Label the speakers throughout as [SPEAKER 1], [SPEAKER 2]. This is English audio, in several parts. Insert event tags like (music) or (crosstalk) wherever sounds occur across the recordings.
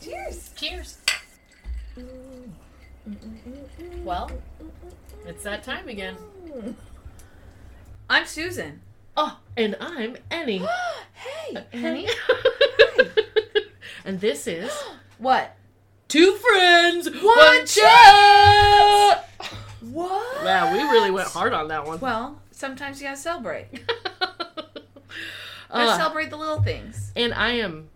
[SPEAKER 1] Cheers.
[SPEAKER 2] Cheers. Well, it's that time again.
[SPEAKER 1] I'm Susan.
[SPEAKER 2] Oh, and I'm Annie.
[SPEAKER 1] (gasps) hey,
[SPEAKER 2] Annie. (laughs) and this is
[SPEAKER 1] (gasps) What?
[SPEAKER 2] Two Friends, One,
[SPEAKER 1] Chat! What?
[SPEAKER 2] Wow, we really went hard on that one. (laughs)
[SPEAKER 1] Well, sometimes you gotta celebrate. You gotta
[SPEAKER 2] Uh,
[SPEAKER 1] celebrate the little things.
[SPEAKER 2] and I am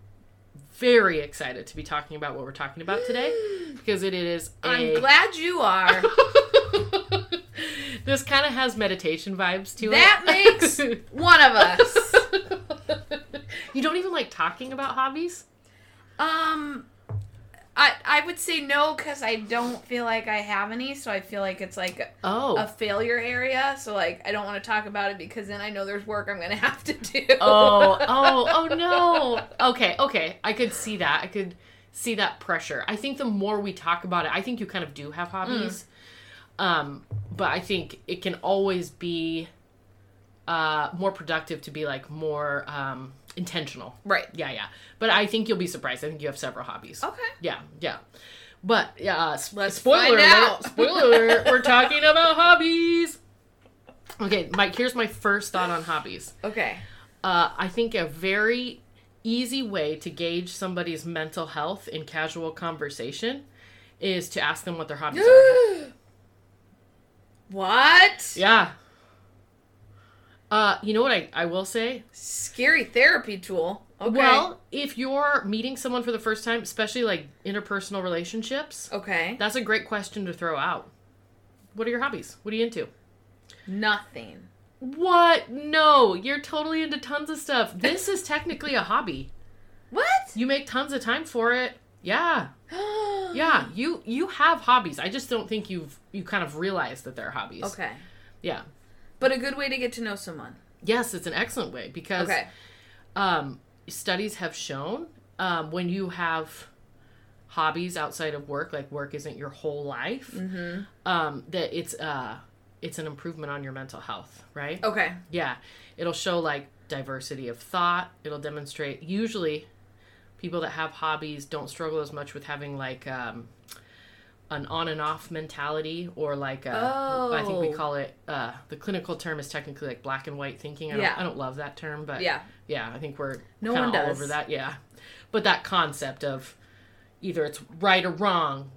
[SPEAKER 2] very excited to be talking about what we're talking about
[SPEAKER 1] (gasps)
[SPEAKER 2] today because it is.
[SPEAKER 1] I'm
[SPEAKER 2] a-
[SPEAKER 1] glad you are.
[SPEAKER 2] (laughs) this kind of has meditation vibes to
[SPEAKER 1] that
[SPEAKER 2] it. (laughs)
[SPEAKER 1] makes one of us.
[SPEAKER 2] you don't even like talking about hobbies?
[SPEAKER 1] Um, I I would say no because I don't feel like I have any, so I feel like it's like
[SPEAKER 2] Oh.
[SPEAKER 1] a, a failure area. So like I don't want to talk about it because then I know there's work I'm gonna (laughs) have to do.
[SPEAKER 2] oh, oh, oh no. Okay, okay. I could see that. I could see that pressure. I think the more we talk about it, I think you kind of do have hobbies.
[SPEAKER 1] Mm.
[SPEAKER 2] Um, but I think it can always be uh more productive to be like more um intentional.
[SPEAKER 1] (laughs) right.
[SPEAKER 2] Yeah, yeah. But I think you'll be surprised. I think you have several hobbies.
[SPEAKER 1] Okay.
[SPEAKER 2] Yeah, yeah. But yeah, uh, s-
[SPEAKER 1] Oh. Let's
[SPEAKER 2] spoiler
[SPEAKER 1] find
[SPEAKER 2] alert-
[SPEAKER 1] out. (laughs)
[SPEAKER 2] spoiler alert, we're talking about hobbies. Okay, Mike, here's my first thought on hobbies.
[SPEAKER 1] Okay.
[SPEAKER 2] Uh, I think a very easy way to gauge somebody's mental health in casual conversation is to ask them what their hobbies are. (gasps)
[SPEAKER 1] (gasps) what?
[SPEAKER 2] Yeah. Uh, you know what I, I will say?
[SPEAKER 1] Scary therapy tool. Okay.
[SPEAKER 2] Well, if you're meeting someone for the first time, especially like interpersonal relationships,
[SPEAKER 1] okay.
[SPEAKER 2] That's a great question to throw out. What are your hobbies? What are you into?
[SPEAKER 1] Nothing.
[SPEAKER 2] What? No, you're totally into tons of (laughs) stuff. This is technically a hobby.
[SPEAKER 1] What? (gasps)
[SPEAKER 2] You make tons of time for it. Yeah. Yeah, you you have hobbies. I just don't think you've you kind of realized that they're hobbies.
[SPEAKER 1] Okay.
[SPEAKER 2] Yeah.
[SPEAKER 1] But a good way to get to know someone.
[SPEAKER 2] Yes, it's an excellent way because
[SPEAKER 1] Okay.
[SPEAKER 2] um, studies have shown um, when you have hobbies outside of work, like work isn't your whole life,
[SPEAKER 1] Mm-hmm.
[SPEAKER 2] um, that it's uh, it's an improvement on your mental health, right?
[SPEAKER 1] Okay.
[SPEAKER 2] Yeah, it'll show like diversity of thought. It'll demonstrate usually people that have hobbies don't struggle as much with having like um, an on and off mentality or like a, I think we
[SPEAKER 1] Oh.
[SPEAKER 2] call it uh, the clinical term is technically like black and white thinking. I don't,
[SPEAKER 1] Yeah.
[SPEAKER 2] I don't love that term, but
[SPEAKER 1] Yeah.
[SPEAKER 2] yeah, I think we're
[SPEAKER 1] No
[SPEAKER 2] kind of
[SPEAKER 1] one
[SPEAKER 2] all
[SPEAKER 1] does.
[SPEAKER 2] over that. Yeah, but that concept of either it's right or wrong,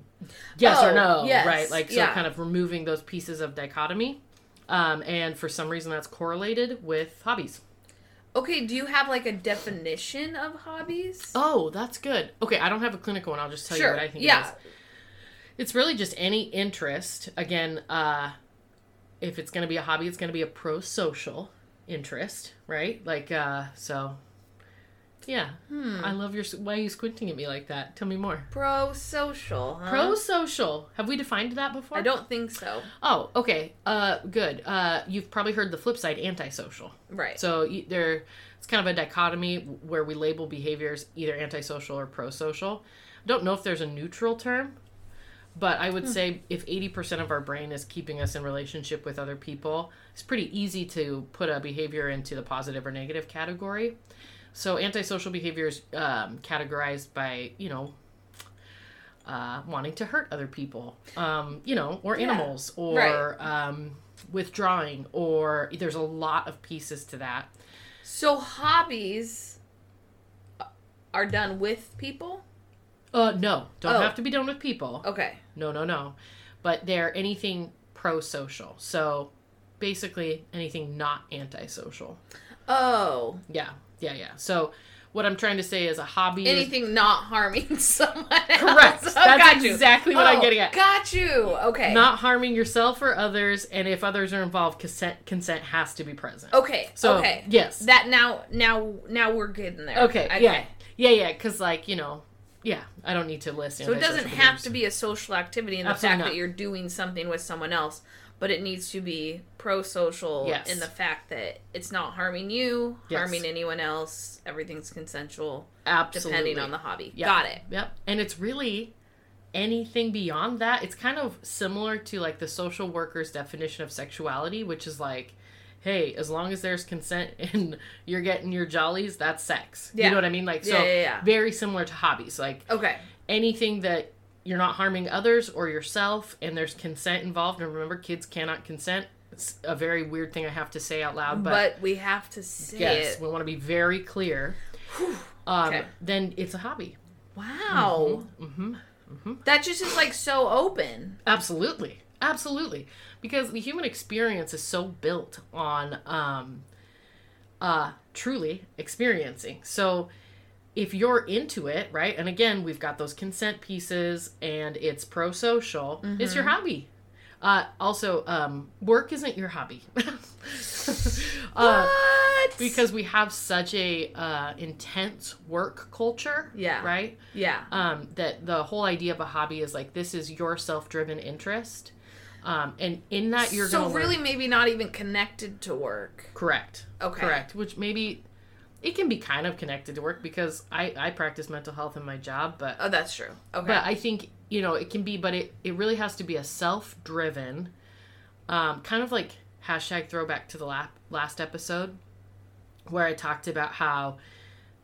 [SPEAKER 2] yes or
[SPEAKER 1] Oh,
[SPEAKER 2] no,
[SPEAKER 1] yes,
[SPEAKER 2] right? Like so,
[SPEAKER 1] yeah.
[SPEAKER 2] kind of removing those pieces of dichotomy, um, and for some reason that's correlated with hobbies.
[SPEAKER 1] Okay, do you have like a definition of hobbies?
[SPEAKER 2] Oh, that's good. Okay, I don't have a clinical one. I'll just tell you what I think. It
[SPEAKER 1] yeah.
[SPEAKER 2] is. It's really just any interest. Again, uh, if it's going to be a hobby, it's going to be a pro social interest, right? Like, uh, so, yeah.
[SPEAKER 1] Hmm.
[SPEAKER 2] I love your. Why are you squinting at me like that? Tell me more.
[SPEAKER 1] Pro social, huh?
[SPEAKER 2] Pro social. Have we defined that before?
[SPEAKER 1] Uh-huh. I don't think so.
[SPEAKER 2] Oh, okay. Uh, good. Uh, you've probably heard the flip side, antisocial.
[SPEAKER 1] Right.
[SPEAKER 2] So e- there, it's kind of a dichotomy where we label behaviors either antisocial or prosocial. I don't know if there's a neutral term, but I
[SPEAKER 1] Hmm.
[SPEAKER 2] would say if 80% of our brain is keeping us in relationship with other people, it's pretty easy to put a behavior into the positive or negative category. So antisocial behavior is um, categorized by, you know, uh, wanting to hurt other people, um, you know, or
[SPEAKER 1] Yeah.
[SPEAKER 2] animals, or
[SPEAKER 1] Right.
[SPEAKER 2] um, withdrawing, or there's a lot of pieces to that.
[SPEAKER 1] So hobbies are done with people?
[SPEAKER 2] Uh, no, don't
[SPEAKER 1] Oh.
[SPEAKER 2] have to be done with people.
[SPEAKER 1] Okay.
[SPEAKER 2] No, no, no. But they're anything pro-social. So basically, anything not antisocial.
[SPEAKER 1] Oh,
[SPEAKER 2] Yeah, yeah, yeah. So what I'm trying to say is a hobby. is-
[SPEAKER 1] anything not harming (laughs) someone. Else.
[SPEAKER 2] (laughs)
[SPEAKER 1] (laughs)
[SPEAKER 2] Correct.
[SPEAKER 1] Oh,
[SPEAKER 2] That's
[SPEAKER 1] got you.
[SPEAKER 2] exactly what I'm
[SPEAKER 1] Oh,
[SPEAKER 2] getting at.
[SPEAKER 1] Got you. Okay.
[SPEAKER 2] Not harming yourself or others, and if others are involved, consent consent has to be present.
[SPEAKER 1] okay.
[SPEAKER 2] So
[SPEAKER 1] Oh, okay.
[SPEAKER 2] yes.
[SPEAKER 1] That now now now we're getting there.
[SPEAKER 2] Okay, yeah, yeah, yeah. Because like you know, yeah, I don't need to list.
[SPEAKER 1] So it doesn't
[SPEAKER 2] antisocial
[SPEAKER 1] have
[SPEAKER 2] behaviors.
[SPEAKER 1] to be a social activity and the
[SPEAKER 2] Absolutely
[SPEAKER 1] fact
[SPEAKER 2] not.
[SPEAKER 1] that you're doing something with someone else, but it needs to be pro-social
[SPEAKER 2] Yes.
[SPEAKER 1] in the fact that it's not harming you,
[SPEAKER 2] Yes.
[SPEAKER 1] harming anyone else. Everything's consensual,
[SPEAKER 2] Absolutely.
[SPEAKER 1] depending on the hobby.
[SPEAKER 2] Yeah.
[SPEAKER 1] Got it.
[SPEAKER 2] Yep. And it's really anything beyond that. It's kind of similar to like the social worker's definition of sexuality, which is like, hey, as long as there's consent (laughs) and you're getting your jollies, that's sex. You
[SPEAKER 1] Yeah.
[SPEAKER 2] know what I mean? Like, so
[SPEAKER 1] Yeah, yeah, yeah.
[SPEAKER 2] very similar to hobbies. Like,
[SPEAKER 1] Okay.
[SPEAKER 2] anything that you're not harming others or yourself and there's consent involved. And remember, kids cannot consent. It's a very weird thing I have to say out loud, but
[SPEAKER 1] But, we have to say
[SPEAKER 2] yes,
[SPEAKER 1] it.
[SPEAKER 2] we want to be very clear. Um,
[SPEAKER 1] Okay.
[SPEAKER 2] Then it's a hobby.
[SPEAKER 1] Wow.
[SPEAKER 2] hmm
[SPEAKER 1] That just is like so open.
[SPEAKER 2] Absolutely. Absolutely. Because the human experience is so built on um uh truly experiencing. So if you're into it, right? And again, we've got those consent pieces and it's pro social. It's your hobby. Uh also um work isn't your hobby. (laughs) uh
[SPEAKER 1] what?
[SPEAKER 2] because we have such a uh intense work culture.
[SPEAKER 1] Yeah.
[SPEAKER 2] Right?
[SPEAKER 1] yeah.
[SPEAKER 2] um, that the whole idea of a hobby is like this is your self-driven interest um, and in that you're
[SPEAKER 1] so
[SPEAKER 2] gonna
[SPEAKER 1] really
[SPEAKER 2] learn-
[SPEAKER 1] maybe not even connected to work.
[SPEAKER 2] correct
[SPEAKER 1] Okay.
[SPEAKER 2] correct which maybe it can be kind of connected to work because i i practice mental health in my job but
[SPEAKER 1] Oh, that's true. Okay.
[SPEAKER 2] but i think you know it can be but it it really has to be a self-driven um, kind of like hashtag throwback to the lap, last episode where i talked about how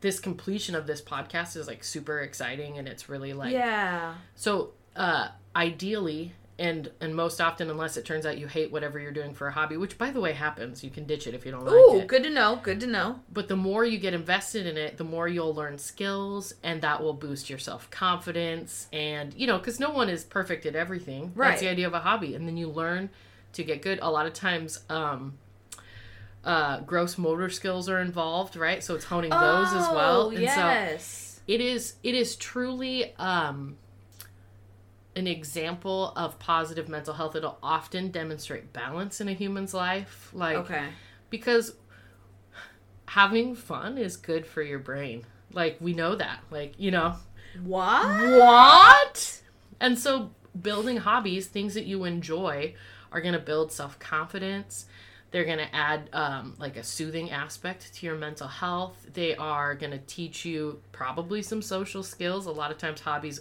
[SPEAKER 2] this completion of this podcast is like super exciting and it's really like
[SPEAKER 1] yeah.
[SPEAKER 2] So, uh, ideally, and and most often, unless it turns out you hate whatever you're doing for a hobby, which by the way happens, you can ditch it if you don't
[SPEAKER 1] Ooh,
[SPEAKER 2] like it.
[SPEAKER 1] good to know. Good to know.
[SPEAKER 2] But the more you get invested in it, the more you'll learn skills, and that will boost your self confidence. And you know, because no one is perfect at everything.
[SPEAKER 1] Right.
[SPEAKER 2] That's the idea of a hobby, and then you learn to get good. A lot of times. Um, uh, gross motor skills are involved, right? So it's honing those as well.
[SPEAKER 1] Oh,
[SPEAKER 2] And so
[SPEAKER 1] yes.
[SPEAKER 2] it is it is truly um an example of positive mental health it'll often demonstrate balance in a human's life like
[SPEAKER 1] okay.
[SPEAKER 2] because having fun is good for your brain like we know that like you know
[SPEAKER 1] What?
[SPEAKER 2] what and so building hobbies things that you enjoy are going to build self-confidence they're going to add um, like a soothing aspect to your mental health they are going to teach you probably some social skills a lot of times hobbies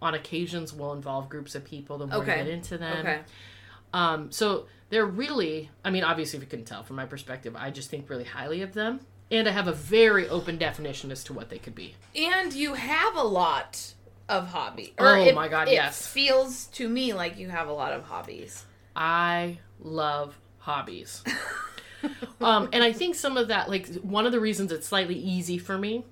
[SPEAKER 2] on occasions will involve groups of people the more
[SPEAKER 1] Okay.
[SPEAKER 2] you get into them
[SPEAKER 1] Okay.
[SPEAKER 2] um, so they're really, I mean, obviously, if you couldn't tell from my perspective, I just think really highly of them. And I have a very open definition as to what they could be.
[SPEAKER 1] And you have a lot of hobby.
[SPEAKER 2] Oh my God,
[SPEAKER 1] it
[SPEAKER 2] yes.
[SPEAKER 1] Feels to me like you have a lot of hobbies.
[SPEAKER 2] I love hobbies. um, and I think some of that, like, one of the reasons it's slightly easy for me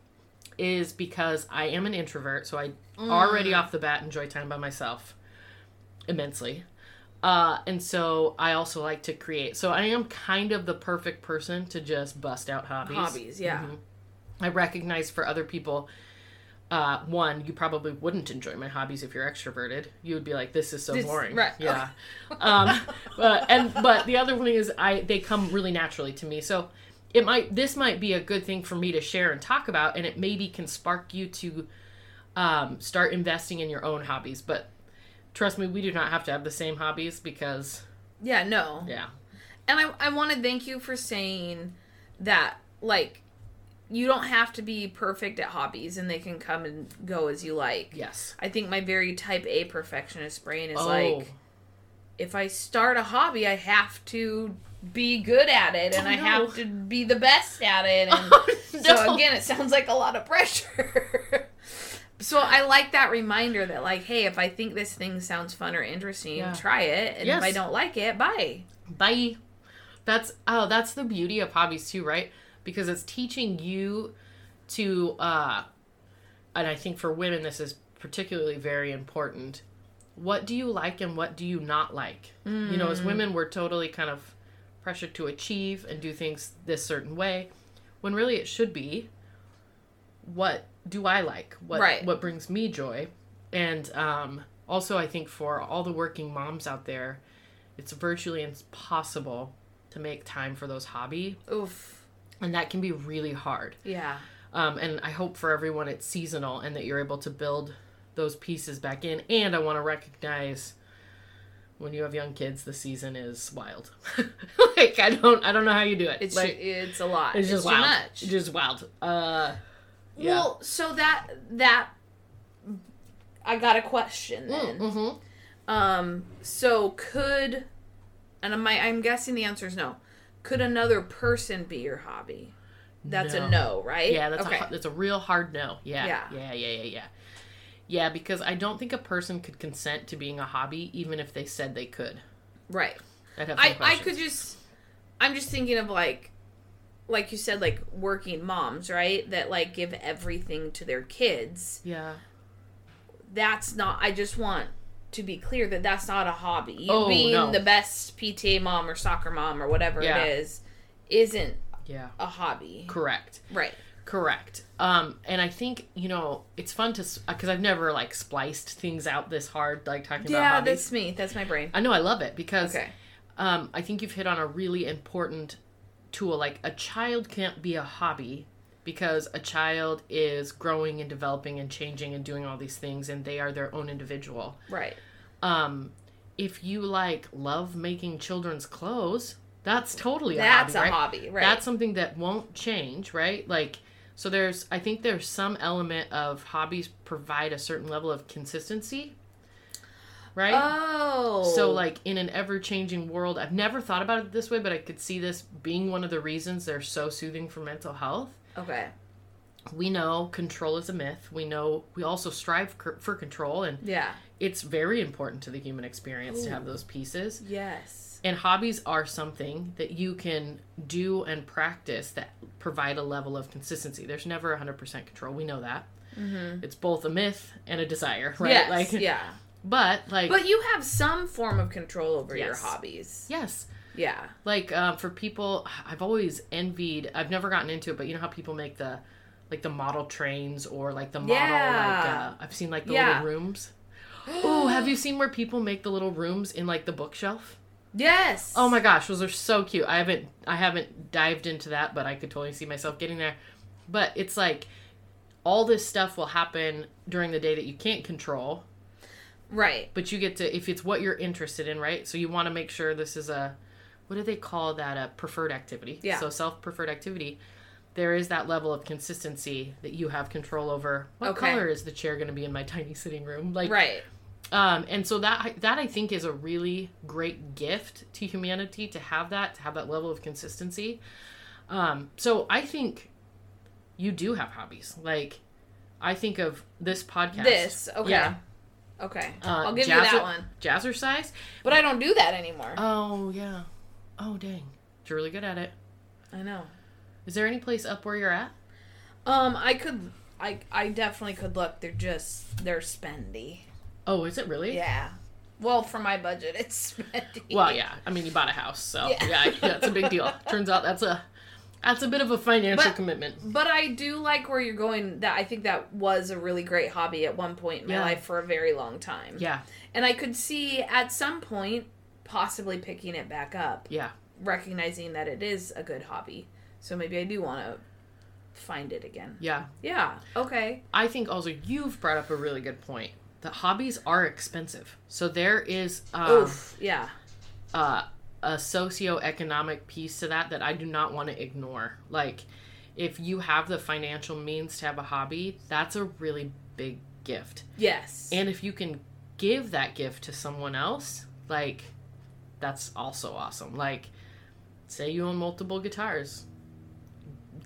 [SPEAKER 2] is because I am an introvert. So I already
[SPEAKER 1] Mm.
[SPEAKER 2] off the bat enjoy time by myself immensely. Uh, and so I also like to create. So I am kind of the perfect person to just bust out hobbies. Mm-hmm.
[SPEAKER 1] Hobbies, yeah.
[SPEAKER 2] I recognize for other people, uh, one, you probably wouldn't enjoy my hobbies if you're extroverted. You would be like, "This is so
[SPEAKER 1] This-
[SPEAKER 2] boring."
[SPEAKER 1] right,
[SPEAKER 2] Yeah. (laughs) um, but and but the other one is I they come really naturally to me. So it might this might be a good thing for me to share and talk about, and it maybe can spark you to um, start investing in your own hobbies. But trust me, we do not have to have the same hobbies because
[SPEAKER 1] Yeah, no.
[SPEAKER 2] yeah,
[SPEAKER 1] And I, I want to thank you for saying that, like, you don't have to be perfect at hobbies and they can come and go as you like.
[SPEAKER 2] yes.
[SPEAKER 1] I think my very type A perfectionist brain is
[SPEAKER 2] oh,
[SPEAKER 1] like, if I start a hobby, I have to be good at it and I
[SPEAKER 2] Oh, no.
[SPEAKER 1] have to be the best at it. And
[SPEAKER 2] (laughs) Oh,
[SPEAKER 1] so
[SPEAKER 2] no.
[SPEAKER 1] again, it sounds like a lot of pressure. (laughs) so I like that reminder that like, hey, if I think this thing sounds fun or interesting,
[SPEAKER 2] Yeah.
[SPEAKER 1] try it. And
[SPEAKER 2] Yes.
[SPEAKER 1] if I don't like it, bye.
[SPEAKER 2] bye that's oh that's the beauty of hobbies too right because it's teaching you to uh and i think for women this is particularly very important what do you like and what do you not like you know as women we're totally kind of pressured to achieve and do things this certain way when really it should be what do i like what
[SPEAKER 1] Right.
[SPEAKER 2] what brings me joy and um also i think for all the working moms out there it's virtually impossible to make time for those hobby
[SPEAKER 1] Oof.
[SPEAKER 2] and that can be really hard
[SPEAKER 1] Yeah.
[SPEAKER 2] um, and i hope for everyone it's seasonal and that you're able to build those pieces back in and i want to recognize when you have young kids, the season is wild. (laughs) like I don't I don't know how you do it.
[SPEAKER 1] It's
[SPEAKER 2] like
[SPEAKER 1] ju- it's a lot.
[SPEAKER 2] it's just
[SPEAKER 1] too
[SPEAKER 2] wild.
[SPEAKER 1] much.
[SPEAKER 2] It's just wild. Uh yeah.
[SPEAKER 1] Well, so that that I got a question then.
[SPEAKER 2] mm-hmm.
[SPEAKER 1] Um, so could, and I'm, I'm guessing the answer is no. Could another person be your hobby? That's a no, right?
[SPEAKER 2] Yeah, that's
[SPEAKER 1] okay.
[SPEAKER 2] a hu- that's a real hard no. Yeah,
[SPEAKER 1] Yeah.
[SPEAKER 2] yeah, yeah, yeah, yeah, yeah. Yeah, because I don't think a person could consent to being a hobby, even if they said they could.
[SPEAKER 1] right.
[SPEAKER 2] I'd have some
[SPEAKER 1] I I
[SPEAKER 2] questions.
[SPEAKER 1] could just, I'm just thinking of like, like you said, like working moms, right? That like give everything to their kids.
[SPEAKER 2] Yeah.
[SPEAKER 1] That's not. I just want to be clear that that's not a hobby. You
[SPEAKER 2] Oh,
[SPEAKER 1] being
[SPEAKER 2] no.
[SPEAKER 1] the best PTA mom or soccer mom or whatever
[SPEAKER 2] Yeah.
[SPEAKER 1] it is, isn't
[SPEAKER 2] Yeah.
[SPEAKER 1] a hobby.
[SPEAKER 2] Correct.
[SPEAKER 1] Right.
[SPEAKER 2] Correct. Um, and I think you know it's fun to because I've never like spliced things out this hard, like talking
[SPEAKER 1] Yeah,
[SPEAKER 2] about hobbies.
[SPEAKER 1] that's me. That's my brain.
[SPEAKER 2] I know I love it because
[SPEAKER 1] Okay.
[SPEAKER 2] um, I think you've hit on a really important tool. Like a child can't be a hobby because a child is growing and developing and changing and doing all these things, and they are their own individual.
[SPEAKER 1] Right.
[SPEAKER 2] Um, if you like love making children's clothes, that's totally a
[SPEAKER 1] That's
[SPEAKER 2] hobby,
[SPEAKER 1] a
[SPEAKER 2] right?
[SPEAKER 1] hobby, right?
[SPEAKER 2] that's something that won't change right like so there's i think there's some element of hobbies provide a certain level of consistency right
[SPEAKER 1] oh.
[SPEAKER 2] so like in an ever-changing world i've never thought about it this way but i could see this being one of the reasons they're so soothing for mental health
[SPEAKER 1] okay,
[SPEAKER 2] we know control is a myth we know we also strive cur- for control and
[SPEAKER 1] yeah,
[SPEAKER 2] it's very important to the human experience to have those pieces
[SPEAKER 1] yes,
[SPEAKER 2] and hobbies are something that you can do and practice that provide a level of consistency. There's never 100% control. We know that. It's both a myth and a desire, (laughs) right?
[SPEAKER 1] Mm-hmm. yes,
[SPEAKER 2] like,
[SPEAKER 1] yeah.
[SPEAKER 2] But, like,
[SPEAKER 1] But you have some form of control over your
[SPEAKER 2] Yes.
[SPEAKER 1] hobbies.
[SPEAKER 2] yes.
[SPEAKER 1] Yeah,
[SPEAKER 2] Like, um, for people, I've always envied, I've never gotten into it, but you know how people make the, like, the model trains or, like, the model,
[SPEAKER 1] Yeah.
[SPEAKER 2] like, uh, I've seen, like, the
[SPEAKER 1] Yeah.
[SPEAKER 2] little
[SPEAKER 1] (gasps)
[SPEAKER 2] rooms. Oh, have you seen where people make the little rooms in, like, the bookshelf?
[SPEAKER 1] yes.
[SPEAKER 2] Oh my gosh, those are so cute. I haven't I haven't dived into that, but I could totally see myself getting there. But it's like all this stuff will happen during the day that you can't control,
[SPEAKER 1] Right.
[SPEAKER 2] but you get to if it's what you're interested in, right? So you want to make sure this is a what do they call that a preferred activity?
[SPEAKER 1] Yeah.
[SPEAKER 2] So self-preferred activity. There is that level of consistency that you have control over. What
[SPEAKER 1] Okay.
[SPEAKER 2] color is the chair going to be in my (laughs) tiny sitting room? Like
[SPEAKER 1] Right.
[SPEAKER 2] um, and so that that I think is a really great gift to humanity to have that to have that level of consistency. Um, so I think you do have hobbies. Like I think of this podcast.
[SPEAKER 1] This. Okay.
[SPEAKER 2] Yeah.
[SPEAKER 1] Okay.
[SPEAKER 2] Uh,
[SPEAKER 1] I'll give you
[SPEAKER 2] jazzer-
[SPEAKER 1] that one.
[SPEAKER 2] Jazzercise.
[SPEAKER 1] But I don't do that anymore.
[SPEAKER 2] Oh yeah. Oh dang. You're really good at it.
[SPEAKER 1] I know.
[SPEAKER 2] Is there any place up where you're at?
[SPEAKER 1] Um, I could. I I definitely could look. They're just they're spendy.
[SPEAKER 2] Oh, is it really?
[SPEAKER 1] Yeah. Well, for my budget, (laughs) it's spendy.
[SPEAKER 2] Well, yeah. I mean, you bought a house, so
[SPEAKER 1] Yeah.
[SPEAKER 2] yeah, yeah that's a big deal. Turns out that's a that's a bit of a financial
[SPEAKER 1] But-
[SPEAKER 2] commitment.
[SPEAKER 1] But I do like where you're going. That I think that was a really great hobby at one point in my
[SPEAKER 2] Yeah.
[SPEAKER 1] life for a very long time.
[SPEAKER 2] Yeah.
[SPEAKER 1] And I could see at some point possibly picking it back up,
[SPEAKER 2] Yeah.
[SPEAKER 1] recognizing that it is a good hobby. So maybe I do want to find it again.
[SPEAKER 2] Yeah.
[SPEAKER 1] Yeah. Okay.
[SPEAKER 2] I think also you've brought up a really good point. That hobbies are expensive, so there is um,
[SPEAKER 1] Oof. Yeah.
[SPEAKER 2] uh, a socioeconomic piece to that that I do not want to ignore. Like, if you have the financial means to have a hobby, that's a really big gift,
[SPEAKER 1] Yes.
[SPEAKER 2] and if you can give that gift to someone else, like, that's also awesome. Like, say you own multiple guitars,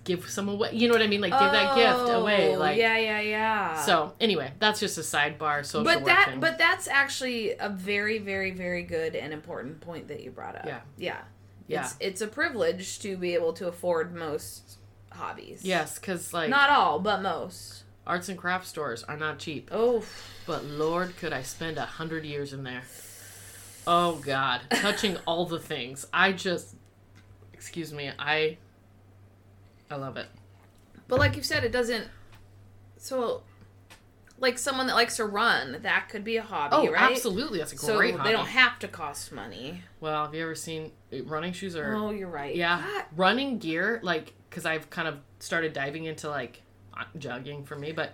[SPEAKER 2] give some away. You know what I mean? Like, give that gift away.
[SPEAKER 1] Oh,
[SPEAKER 2] Like,
[SPEAKER 1] yeah, yeah, yeah.
[SPEAKER 2] so anyway, that's just a sidebar social
[SPEAKER 1] Uh, but
[SPEAKER 2] work
[SPEAKER 1] that
[SPEAKER 2] thing.
[SPEAKER 1] but that's actually a very very very good and important point that you brought up
[SPEAKER 2] Yeah.
[SPEAKER 1] yeah
[SPEAKER 2] Yeah.
[SPEAKER 1] it's it's a privilege to be able to afford most hobbies
[SPEAKER 2] yes, because like
[SPEAKER 1] not all but most
[SPEAKER 2] arts and craft stores are not cheap,
[SPEAKER 1] oh
[SPEAKER 2] but Lord, could I spend a hundred years in there? Oh God,
[SPEAKER 1] (laughs)
[SPEAKER 2] touching all the things. I just, excuse me, I, I love it.
[SPEAKER 1] but like you said it doesn't so like someone that likes to run that could be a hobby
[SPEAKER 2] Oh,
[SPEAKER 1] right
[SPEAKER 2] absolutely, that's a
[SPEAKER 1] so
[SPEAKER 2] great hobby.
[SPEAKER 1] they don't have to cost money
[SPEAKER 2] well, have you ever seen uh, running shoes are?
[SPEAKER 1] oh you're right
[SPEAKER 2] Yeah,
[SPEAKER 1] God.
[SPEAKER 2] running uh, gear, like, because I've kind of started diving into like jogging for me, but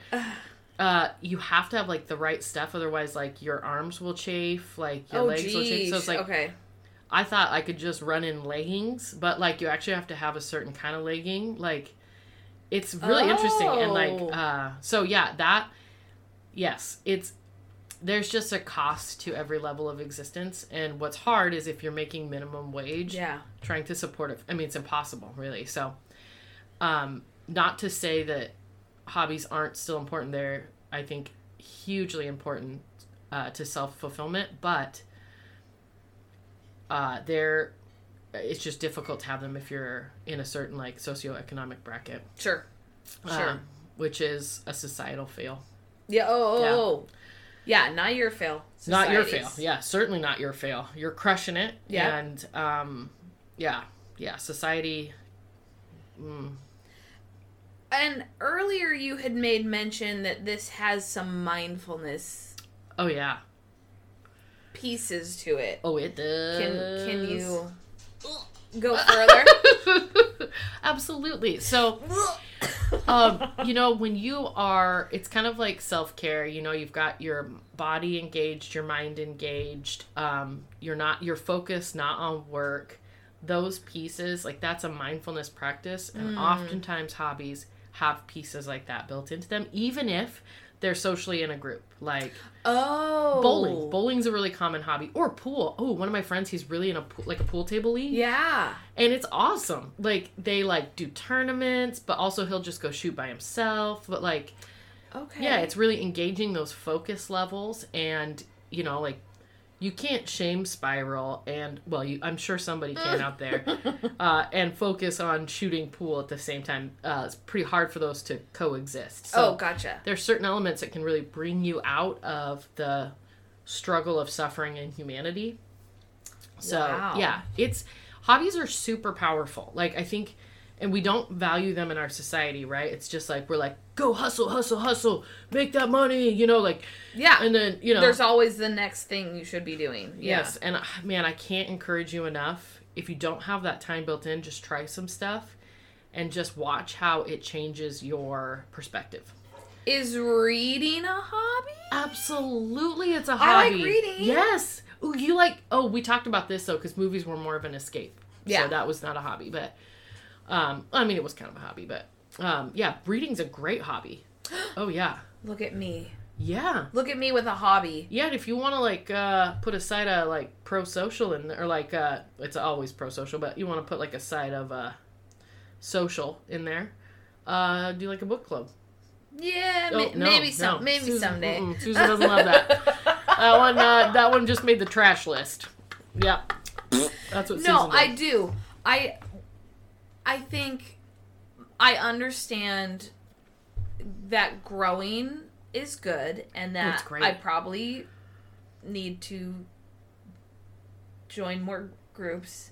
[SPEAKER 2] uh, you have to have like the right stuff, otherwise, like your arms will chafe, like your
[SPEAKER 1] oh,
[SPEAKER 2] legs will chafe.
[SPEAKER 1] geez.
[SPEAKER 2] So it's like
[SPEAKER 1] okay.
[SPEAKER 2] I thought I could just run in leggings, but like you actually have to have a certain kind of legging. Like it's really interesting and
[SPEAKER 1] Oh.
[SPEAKER 2] like uh so yeah, that yes, it's there's just a cost to every level of existence and what's hard is if you're making minimum wage
[SPEAKER 1] Yeah.
[SPEAKER 2] trying to support it. I mean, it's impossible, really. So, um, not to say that hobbies aren't still important. They're, I think, hugely important uh, to self fulfillment, but uh, they're, it's just difficult to have them if you're in a certain like socioeconomic bracket,
[SPEAKER 1] Sure. Sure.
[SPEAKER 2] um, which is a societal fail.
[SPEAKER 1] yeah. Oh. oh,
[SPEAKER 2] yeah.
[SPEAKER 1] oh. Yeah. Not your fail.
[SPEAKER 2] Not your fail.
[SPEAKER 1] Societies.
[SPEAKER 2] Yeah, certainly not your fail. You're crushing it.
[SPEAKER 1] Yeah.
[SPEAKER 2] And um, yeah, yeah, society. Mm,
[SPEAKER 1] And earlier you had made mention that this has some mindfulness
[SPEAKER 2] oh, yeah.
[SPEAKER 1] pieces to it.
[SPEAKER 2] Oh, it does.
[SPEAKER 1] Can can you
[SPEAKER 2] (laughs)
[SPEAKER 1] go further?
[SPEAKER 2] Absolutely. So, um, you know, when you are, it's kind of like self care. You know, you've got your body engaged, your mind engaged. Um, you're not, you're focused not on work. Those pieces, like that's a mindfulness practice, and
[SPEAKER 1] Mm.
[SPEAKER 2] oftentimes hobbies have pieces like that built into them, even if they're socially in a group. Like
[SPEAKER 1] oh,
[SPEAKER 2] bowling, bowling's a really common hobby, or pool. Oh, one of my friends, he's really in a pool, like a pool table league
[SPEAKER 1] Yeah.
[SPEAKER 2] and it's awesome like they like do tournaments but also he'll just go shoot by himself but like
[SPEAKER 1] Okay.
[SPEAKER 2] yeah it's really engaging those focus levels and you know like you can't shame spiral and well you, i'm sure somebody can out there uh, and focus on shooting pool at the same time uh, it's pretty hard for those to coexist so
[SPEAKER 1] oh, gotcha.
[SPEAKER 2] there's certain elements that can really bring you out of the struggle of suffering and humanity. So
[SPEAKER 1] Wow.
[SPEAKER 2] yeah, it's hobbies are super powerful. Like I think and we don't value them in our society, right? It's just like we're like, go hustle, hustle, hustle, make that money, you know, like
[SPEAKER 1] Yeah.
[SPEAKER 2] and then you know
[SPEAKER 1] There's always the next thing you should be doing. Yeah.
[SPEAKER 2] Yes, and uh, man, I can't encourage you enough. If you don't have that time built in, just try some stuff and just watch how it changes your perspective.
[SPEAKER 1] Is reading a hobby?
[SPEAKER 2] Absolutely, it's a
[SPEAKER 1] I like
[SPEAKER 2] hobby.
[SPEAKER 1] reading.
[SPEAKER 2] Yes. Ooh, you like? Oh, we talked about this though, because movies were more of an escape.
[SPEAKER 1] Yeah.
[SPEAKER 2] So that was not a hobby, but um, I mean, it was kind of a hobby, but um, yeah, reading's a great
[SPEAKER 1] (gasps)
[SPEAKER 2] hobby. Oh yeah,
[SPEAKER 1] Look at me.
[SPEAKER 2] yeah,
[SPEAKER 1] Look at me with a hobby.
[SPEAKER 2] yeah. And if you want to like uh, put a side of like pro social in there, or like uh, it's always pro social, but you want to put like a side of uh, social in there. Uh, do like a book club.
[SPEAKER 1] Yeah,
[SPEAKER 2] Oh,
[SPEAKER 1] ma-
[SPEAKER 2] no,
[SPEAKER 1] maybe some,
[SPEAKER 2] no.
[SPEAKER 1] maybe
[SPEAKER 2] Susan,
[SPEAKER 1] someday.
[SPEAKER 2] mm-mm, Susan doesn't love that.
[SPEAKER 1] (laughs)
[SPEAKER 2] That one, uh, that one just made the trash list. Yeah, that's what.
[SPEAKER 1] no,
[SPEAKER 2] Susan did.
[SPEAKER 1] I do. I, I think, I understand that growing is good, and that
[SPEAKER 2] it's great.
[SPEAKER 1] I probably need to join more groups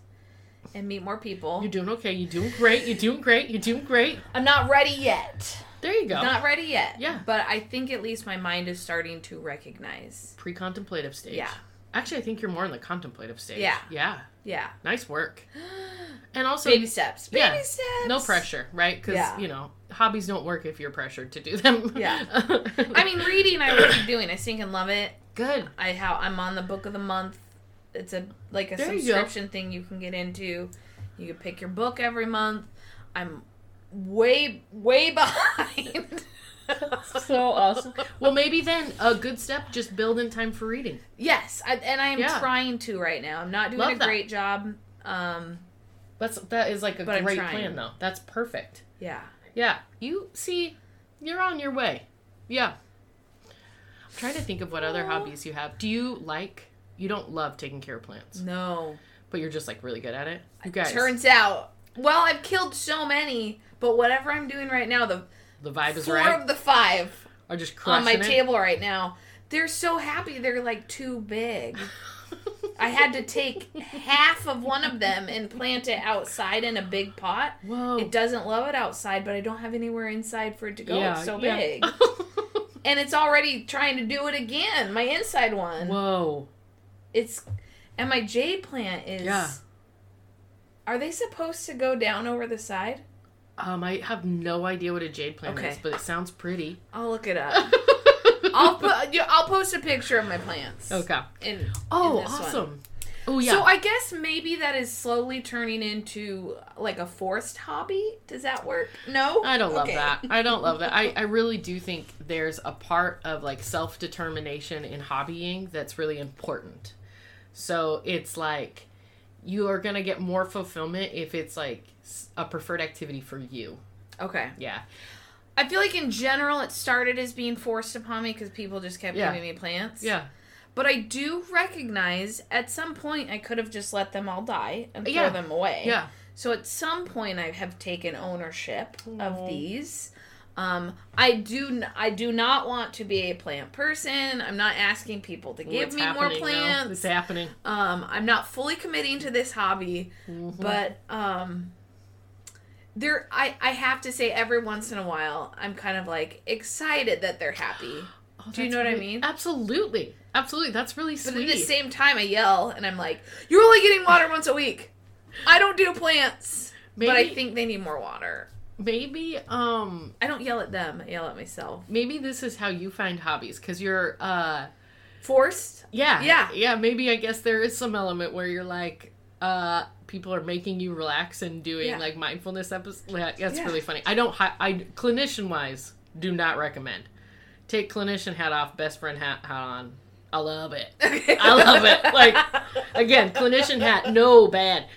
[SPEAKER 1] and meet more people.
[SPEAKER 2] You're doing okay. You're doing great. You're doing great. You're doing great.
[SPEAKER 1] I'm not ready yet.
[SPEAKER 2] There you go.
[SPEAKER 1] Not ready yet.
[SPEAKER 2] Oh. Yeah.
[SPEAKER 1] But I think at least my mind is starting to recognize.
[SPEAKER 2] Pre-contemplative stage.
[SPEAKER 1] Yeah.
[SPEAKER 2] Actually, I think you're more in the contemplative stage.
[SPEAKER 1] Yeah.
[SPEAKER 2] Yeah.
[SPEAKER 1] Yeah.
[SPEAKER 2] Nice
[SPEAKER 1] (gasps)
[SPEAKER 2] work. And also,
[SPEAKER 1] Baby steps. Baby
[SPEAKER 2] yeah.
[SPEAKER 1] steps.
[SPEAKER 2] no pressure, right? Because
[SPEAKER 1] Yeah.
[SPEAKER 2] you know hobbies don't work if you're pressured to do them. (laughs)
[SPEAKER 1] Yeah. I mean, reading I would be doing. I sink and love it.
[SPEAKER 2] good.
[SPEAKER 1] I how I'm on the book of the month. It's a like a
[SPEAKER 2] There you go.
[SPEAKER 1] subscription thing you can get into. You can pick your book every month. I'm way way (laughs) behind.
[SPEAKER 2] So awesome. (laughs) Well, maybe then a good step just build in time for reading.
[SPEAKER 1] yes, I, and I am
[SPEAKER 2] Yeah.
[SPEAKER 1] trying to right now. I'm not doing
[SPEAKER 2] Love
[SPEAKER 1] a
[SPEAKER 2] that.
[SPEAKER 1] great job. Um,
[SPEAKER 2] That's that is like a
[SPEAKER 1] But I'm
[SPEAKER 2] great
[SPEAKER 1] trying.
[SPEAKER 2] plan though. That's perfect.
[SPEAKER 1] yeah.
[SPEAKER 2] Yeah. You see, you're on your way. Yeah. I'm trying to think of what other
[SPEAKER 1] Aw.
[SPEAKER 2] hobbies you have. Do you like you don't love taking care of plants,
[SPEAKER 1] No.
[SPEAKER 2] but you're just like really good at it? You guys
[SPEAKER 1] Turns out, well, I've killed so many, but whatever I'm doing right now, the
[SPEAKER 2] the vibe is
[SPEAKER 1] four
[SPEAKER 2] right.
[SPEAKER 1] of the five
[SPEAKER 2] Are just
[SPEAKER 1] on
[SPEAKER 2] crushing
[SPEAKER 1] my
[SPEAKER 2] it? (laughs)
[SPEAKER 1] table right now. They're so happy they're like too big. I had to take half of one of them and plant it outside in a big pot.
[SPEAKER 2] Whoa.
[SPEAKER 1] It doesn't love it outside, but I don't have anywhere inside for it to go. it's so
[SPEAKER 2] yeah.
[SPEAKER 1] big. and it's already trying to do it again, my inside
[SPEAKER 2] (laughs)
[SPEAKER 1] one.
[SPEAKER 2] Whoa.
[SPEAKER 1] It's and my jade plant is
[SPEAKER 2] Yeah.
[SPEAKER 1] Are they supposed to go down over the side?
[SPEAKER 2] Um, I have no idea what a jade plant
[SPEAKER 1] Okay.
[SPEAKER 2] is, but it sounds pretty. (laughs)
[SPEAKER 1] I'll look it up. I'll put. yeah, I'll post a picture of my plants.
[SPEAKER 2] Okay.
[SPEAKER 1] In,
[SPEAKER 2] Oh,
[SPEAKER 1] in this one.
[SPEAKER 2] awesome. Oh yeah.
[SPEAKER 1] So I guess maybe that is slowly turning into like a forced hobby. Does that work? No.
[SPEAKER 2] I don't love
[SPEAKER 1] Okay.
[SPEAKER 2] that. I don't love that.
[SPEAKER 1] (laughs)
[SPEAKER 2] I, I really do think there's a part of like self determination in hobbying that's really important. So it's like you are going to get more fulfillment if it's like s- a preferred activity for you.
[SPEAKER 1] Okay.
[SPEAKER 2] Yeah.
[SPEAKER 1] I feel like in general it started as being forced upon me because people just kept
[SPEAKER 2] Yeah.
[SPEAKER 1] giving me plants.
[SPEAKER 2] Yeah.
[SPEAKER 1] But I do recognize at some point I could have just let them all die and throw
[SPEAKER 2] Yeah.
[SPEAKER 1] them away.
[SPEAKER 2] Yeah.
[SPEAKER 1] So at some point I have taken ownership
[SPEAKER 2] Aw.
[SPEAKER 1] of these. Um, I do n- I do not want to be a plant person. I'm not asking people to give
[SPEAKER 2] It's
[SPEAKER 1] me more
[SPEAKER 2] happening now. It's
[SPEAKER 1] plants.
[SPEAKER 2] happening.
[SPEAKER 1] Um, I'm not fully committing to this hobby,
[SPEAKER 2] Mm-hmm.
[SPEAKER 1] but um, there I I have to say every once in a while I'm kind of like excited that they're happy.
[SPEAKER 2] (gasps) Oh,
[SPEAKER 1] do you
[SPEAKER 2] that's
[SPEAKER 1] know what I
[SPEAKER 2] really-
[SPEAKER 1] mean?
[SPEAKER 2] Absolutely. Absolutely. That's really
[SPEAKER 1] But
[SPEAKER 2] sweet.
[SPEAKER 1] at the same time, I yell and I'm like, "You're only getting water once a week. I don't do plants, but I
[SPEAKER 2] Maybe-
[SPEAKER 1] think they need more water."
[SPEAKER 2] Maybe um
[SPEAKER 1] I don't yell at them. I yell at myself.
[SPEAKER 2] maybe this is how you find hobbies cuz you're uh
[SPEAKER 1] Forced. (laughs)
[SPEAKER 2] Yeah.
[SPEAKER 1] Yeah.
[SPEAKER 2] Yeah, maybe I guess there is some element where you're like, uh, people are making you relax and doing
[SPEAKER 1] Yeah.
[SPEAKER 2] like mindfulness episodes. That's
[SPEAKER 1] Yeah.
[SPEAKER 2] really funny. I don't, hi- I, clinician wise, do not recommend. Take clinician hat off, best friend hat, hat on. I love it. I love
[SPEAKER 1] (laughs)
[SPEAKER 2] it. Like, Again, clinician hat, no bad.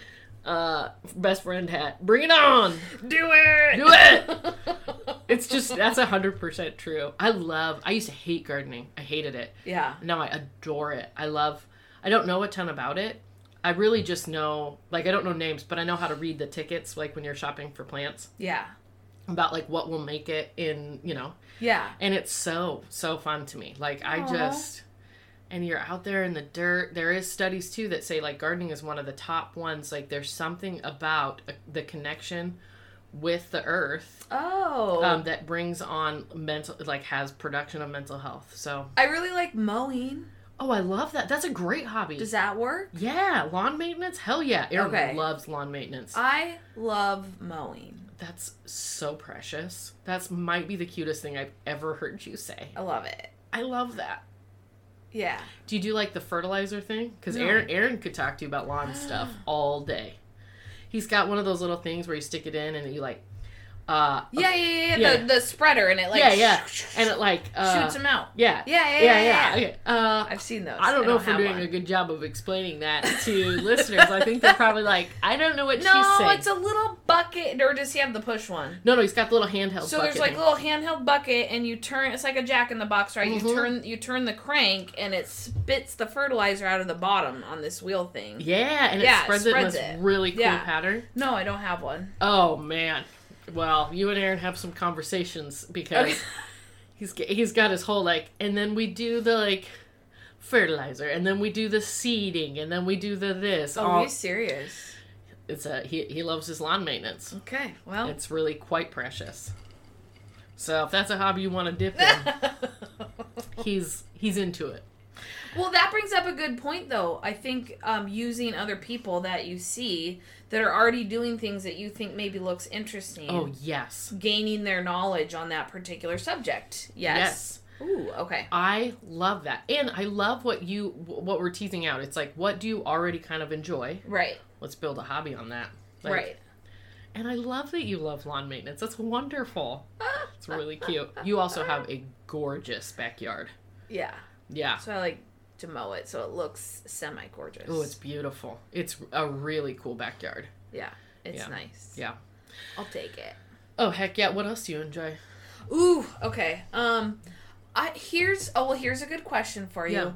[SPEAKER 2] Uh, best friend hat, bring it on.
[SPEAKER 1] do it.
[SPEAKER 2] Do it. It's just, that's 100% true. I love, I used to hate gardening. I hated it.
[SPEAKER 1] (laughs) yeah.
[SPEAKER 2] No, I adore it. I love. I don't know a ton about it. I really just know, like, I don't know names, but I know how to read the tickets, like when you're shopping for plants,
[SPEAKER 1] Yeah.
[SPEAKER 2] about like what will make it in, you know.
[SPEAKER 1] Yeah.
[SPEAKER 2] And it's so so fun to me. Like I
[SPEAKER 1] Aw.
[SPEAKER 2] just, and you're out there in the dirt. There is studies too that say like gardening is one of the top ones. Like there's something about uh, the connection with the earth
[SPEAKER 1] Oh.
[SPEAKER 2] um, that brings on mental, like has production of mental health. So
[SPEAKER 1] I really like mowing.
[SPEAKER 2] oh, I love that. That's a great hobby.
[SPEAKER 1] Does that work?
[SPEAKER 2] Yeah, lawn maintenance. Hell yeah, Aaron
[SPEAKER 1] Okay. Uh,
[SPEAKER 2] loves lawn maintenance.
[SPEAKER 1] I love mowing.
[SPEAKER 2] That's so precious. That's might be the cutest thing I've ever heard you say.
[SPEAKER 1] I love it.
[SPEAKER 2] I love that.
[SPEAKER 1] Yeah.
[SPEAKER 2] Do you do like the fertilizer thing? Because
[SPEAKER 1] No.
[SPEAKER 2] Aaron Aaron could talk to you about
[SPEAKER 1] (gasps)
[SPEAKER 2] lawn stuff all day. He's got one of those little things where you stick it in and you like, uh,
[SPEAKER 1] Yeah, yeah, yeah, yeah.
[SPEAKER 2] Yeah.
[SPEAKER 1] The, the spreader and it like
[SPEAKER 2] yeah, yeah, and it like uh,
[SPEAKER 1] shoots them out.
[SPEAKER 2] yeah,
[SPEAKER 1] Yeah, yeah, yeah, yeah.
[SPEAKER 2] Okay. Uh,
[SPEAKER 1] I've seen those.
[SPEAKER 2] I don't know if we're
[SPEAKER 1] have
[SPEAKER 2] doing
[SPEAKER 1] one.
[SPEAKER 2] a good job of explaining
[SPEAKER 1] (laughs)
[SPEAKER 2] that to listeners. I think they're probably like, I don't know what she's
[SPEAKER 1] No,
[SPEAKER 2] saying.
[SPEAKER 1] it's a little bucket, or does he have the push one?
[SPEAKER 2] No, no, he's got the little handheld.
[SPEAKER 1] So there's
[SPEAKER 2] bucket
[SPEAKER 1] like
[SPEAKER 2] thing.
[SPEAKER 1] little handheld bucket, and you turn. It's like a jack in the box, right?
[SPEAKER 2] Mhm.
[SPEAKER 1] You turn, you turn the crank, and it spits the fertilizer out of the bottom on this wheel thing.
[SPEAKER 2] Yeah, and it
[SPEAKER 1] Yeah, it
[SPEAKER 2] spreads it,
[SPEAKER 1] spreads
[SPEAKER 2] in this
[SPEAKER 1] it.
[SPEAKER 2] really cool
[SPEAKER 1] Yeah.
[SPEAKER 2] pattern.
[SPEAKER 1] No, I don't have one.
[SPEAKER 2] Oh man. Well, you and Aaron have some conversations because
[SPEAKER 1] Okay. (laughs)
[SPEAKER 2] (laughs) he's g- he's got his whole like, and then we do the like fertilizer, and then we do the seeding, and then we do the this.
[SPEAKER 1] Oh,
[SPEAKER 2] all-
[SPEAKER 1] are you serious?
[SPEAKER 2] it's a he he loves his lawn maintenance.
[SPEAKER 1] Okay, well.
[SPEAKER 2] It's really quite precious. So if that's a hobby you want to dip in,
[SPEAKER 1] (laughs)
[SPEAKER 2] he's he's into it.
[SPEAKER 1] (laughs) Well, that brings up a good point, though. I think um, using other people that you see that are already doing things that you think maybe looks interesting,
[SPEAKER 2] Oh yes,
[SPEAKER 1] gaining their knowledge on that particular subject. Yes. Ooh, okay.
[SPEAKER 2] I love that. And I love what you what we're teasing out. It's like what do you already kind of enjoy?
[SPEAKER 1] Right,
[SPEAKER 2] Let's build a hobby on that. Like-
[SPEAKER 1] right.
[SPEAKER 2] And I love that you love lawn maintenance. That's wonderful.
[SPEAKER 1] Ah,
[SPEAKER 2] It's really cute. You also have a gorgeous backyard.
[SPEAKER 1] Yeah.
[SPEAKER 2] Yeah.
[SPEAKER 1] So I like to mow it so it looks semi gorgeous.
[SPEAKER 2] Oh, it's beautiful. It's a really cool backyard.
[SPEAKER 1] yeah, it's
[SPEAKER 2] yeah.
[SPEAKER 1] nice.
[SPEAKER 2] Yeah.
[SPEAKER 1] I'll take it.
[SPEAKER 2] Oh heck yeah. What else do you enjoy?
[SPEAKER 1] Ooh, okay. Um I here's oh well here's a good question for you.
[SPEAKER 2] Yeah.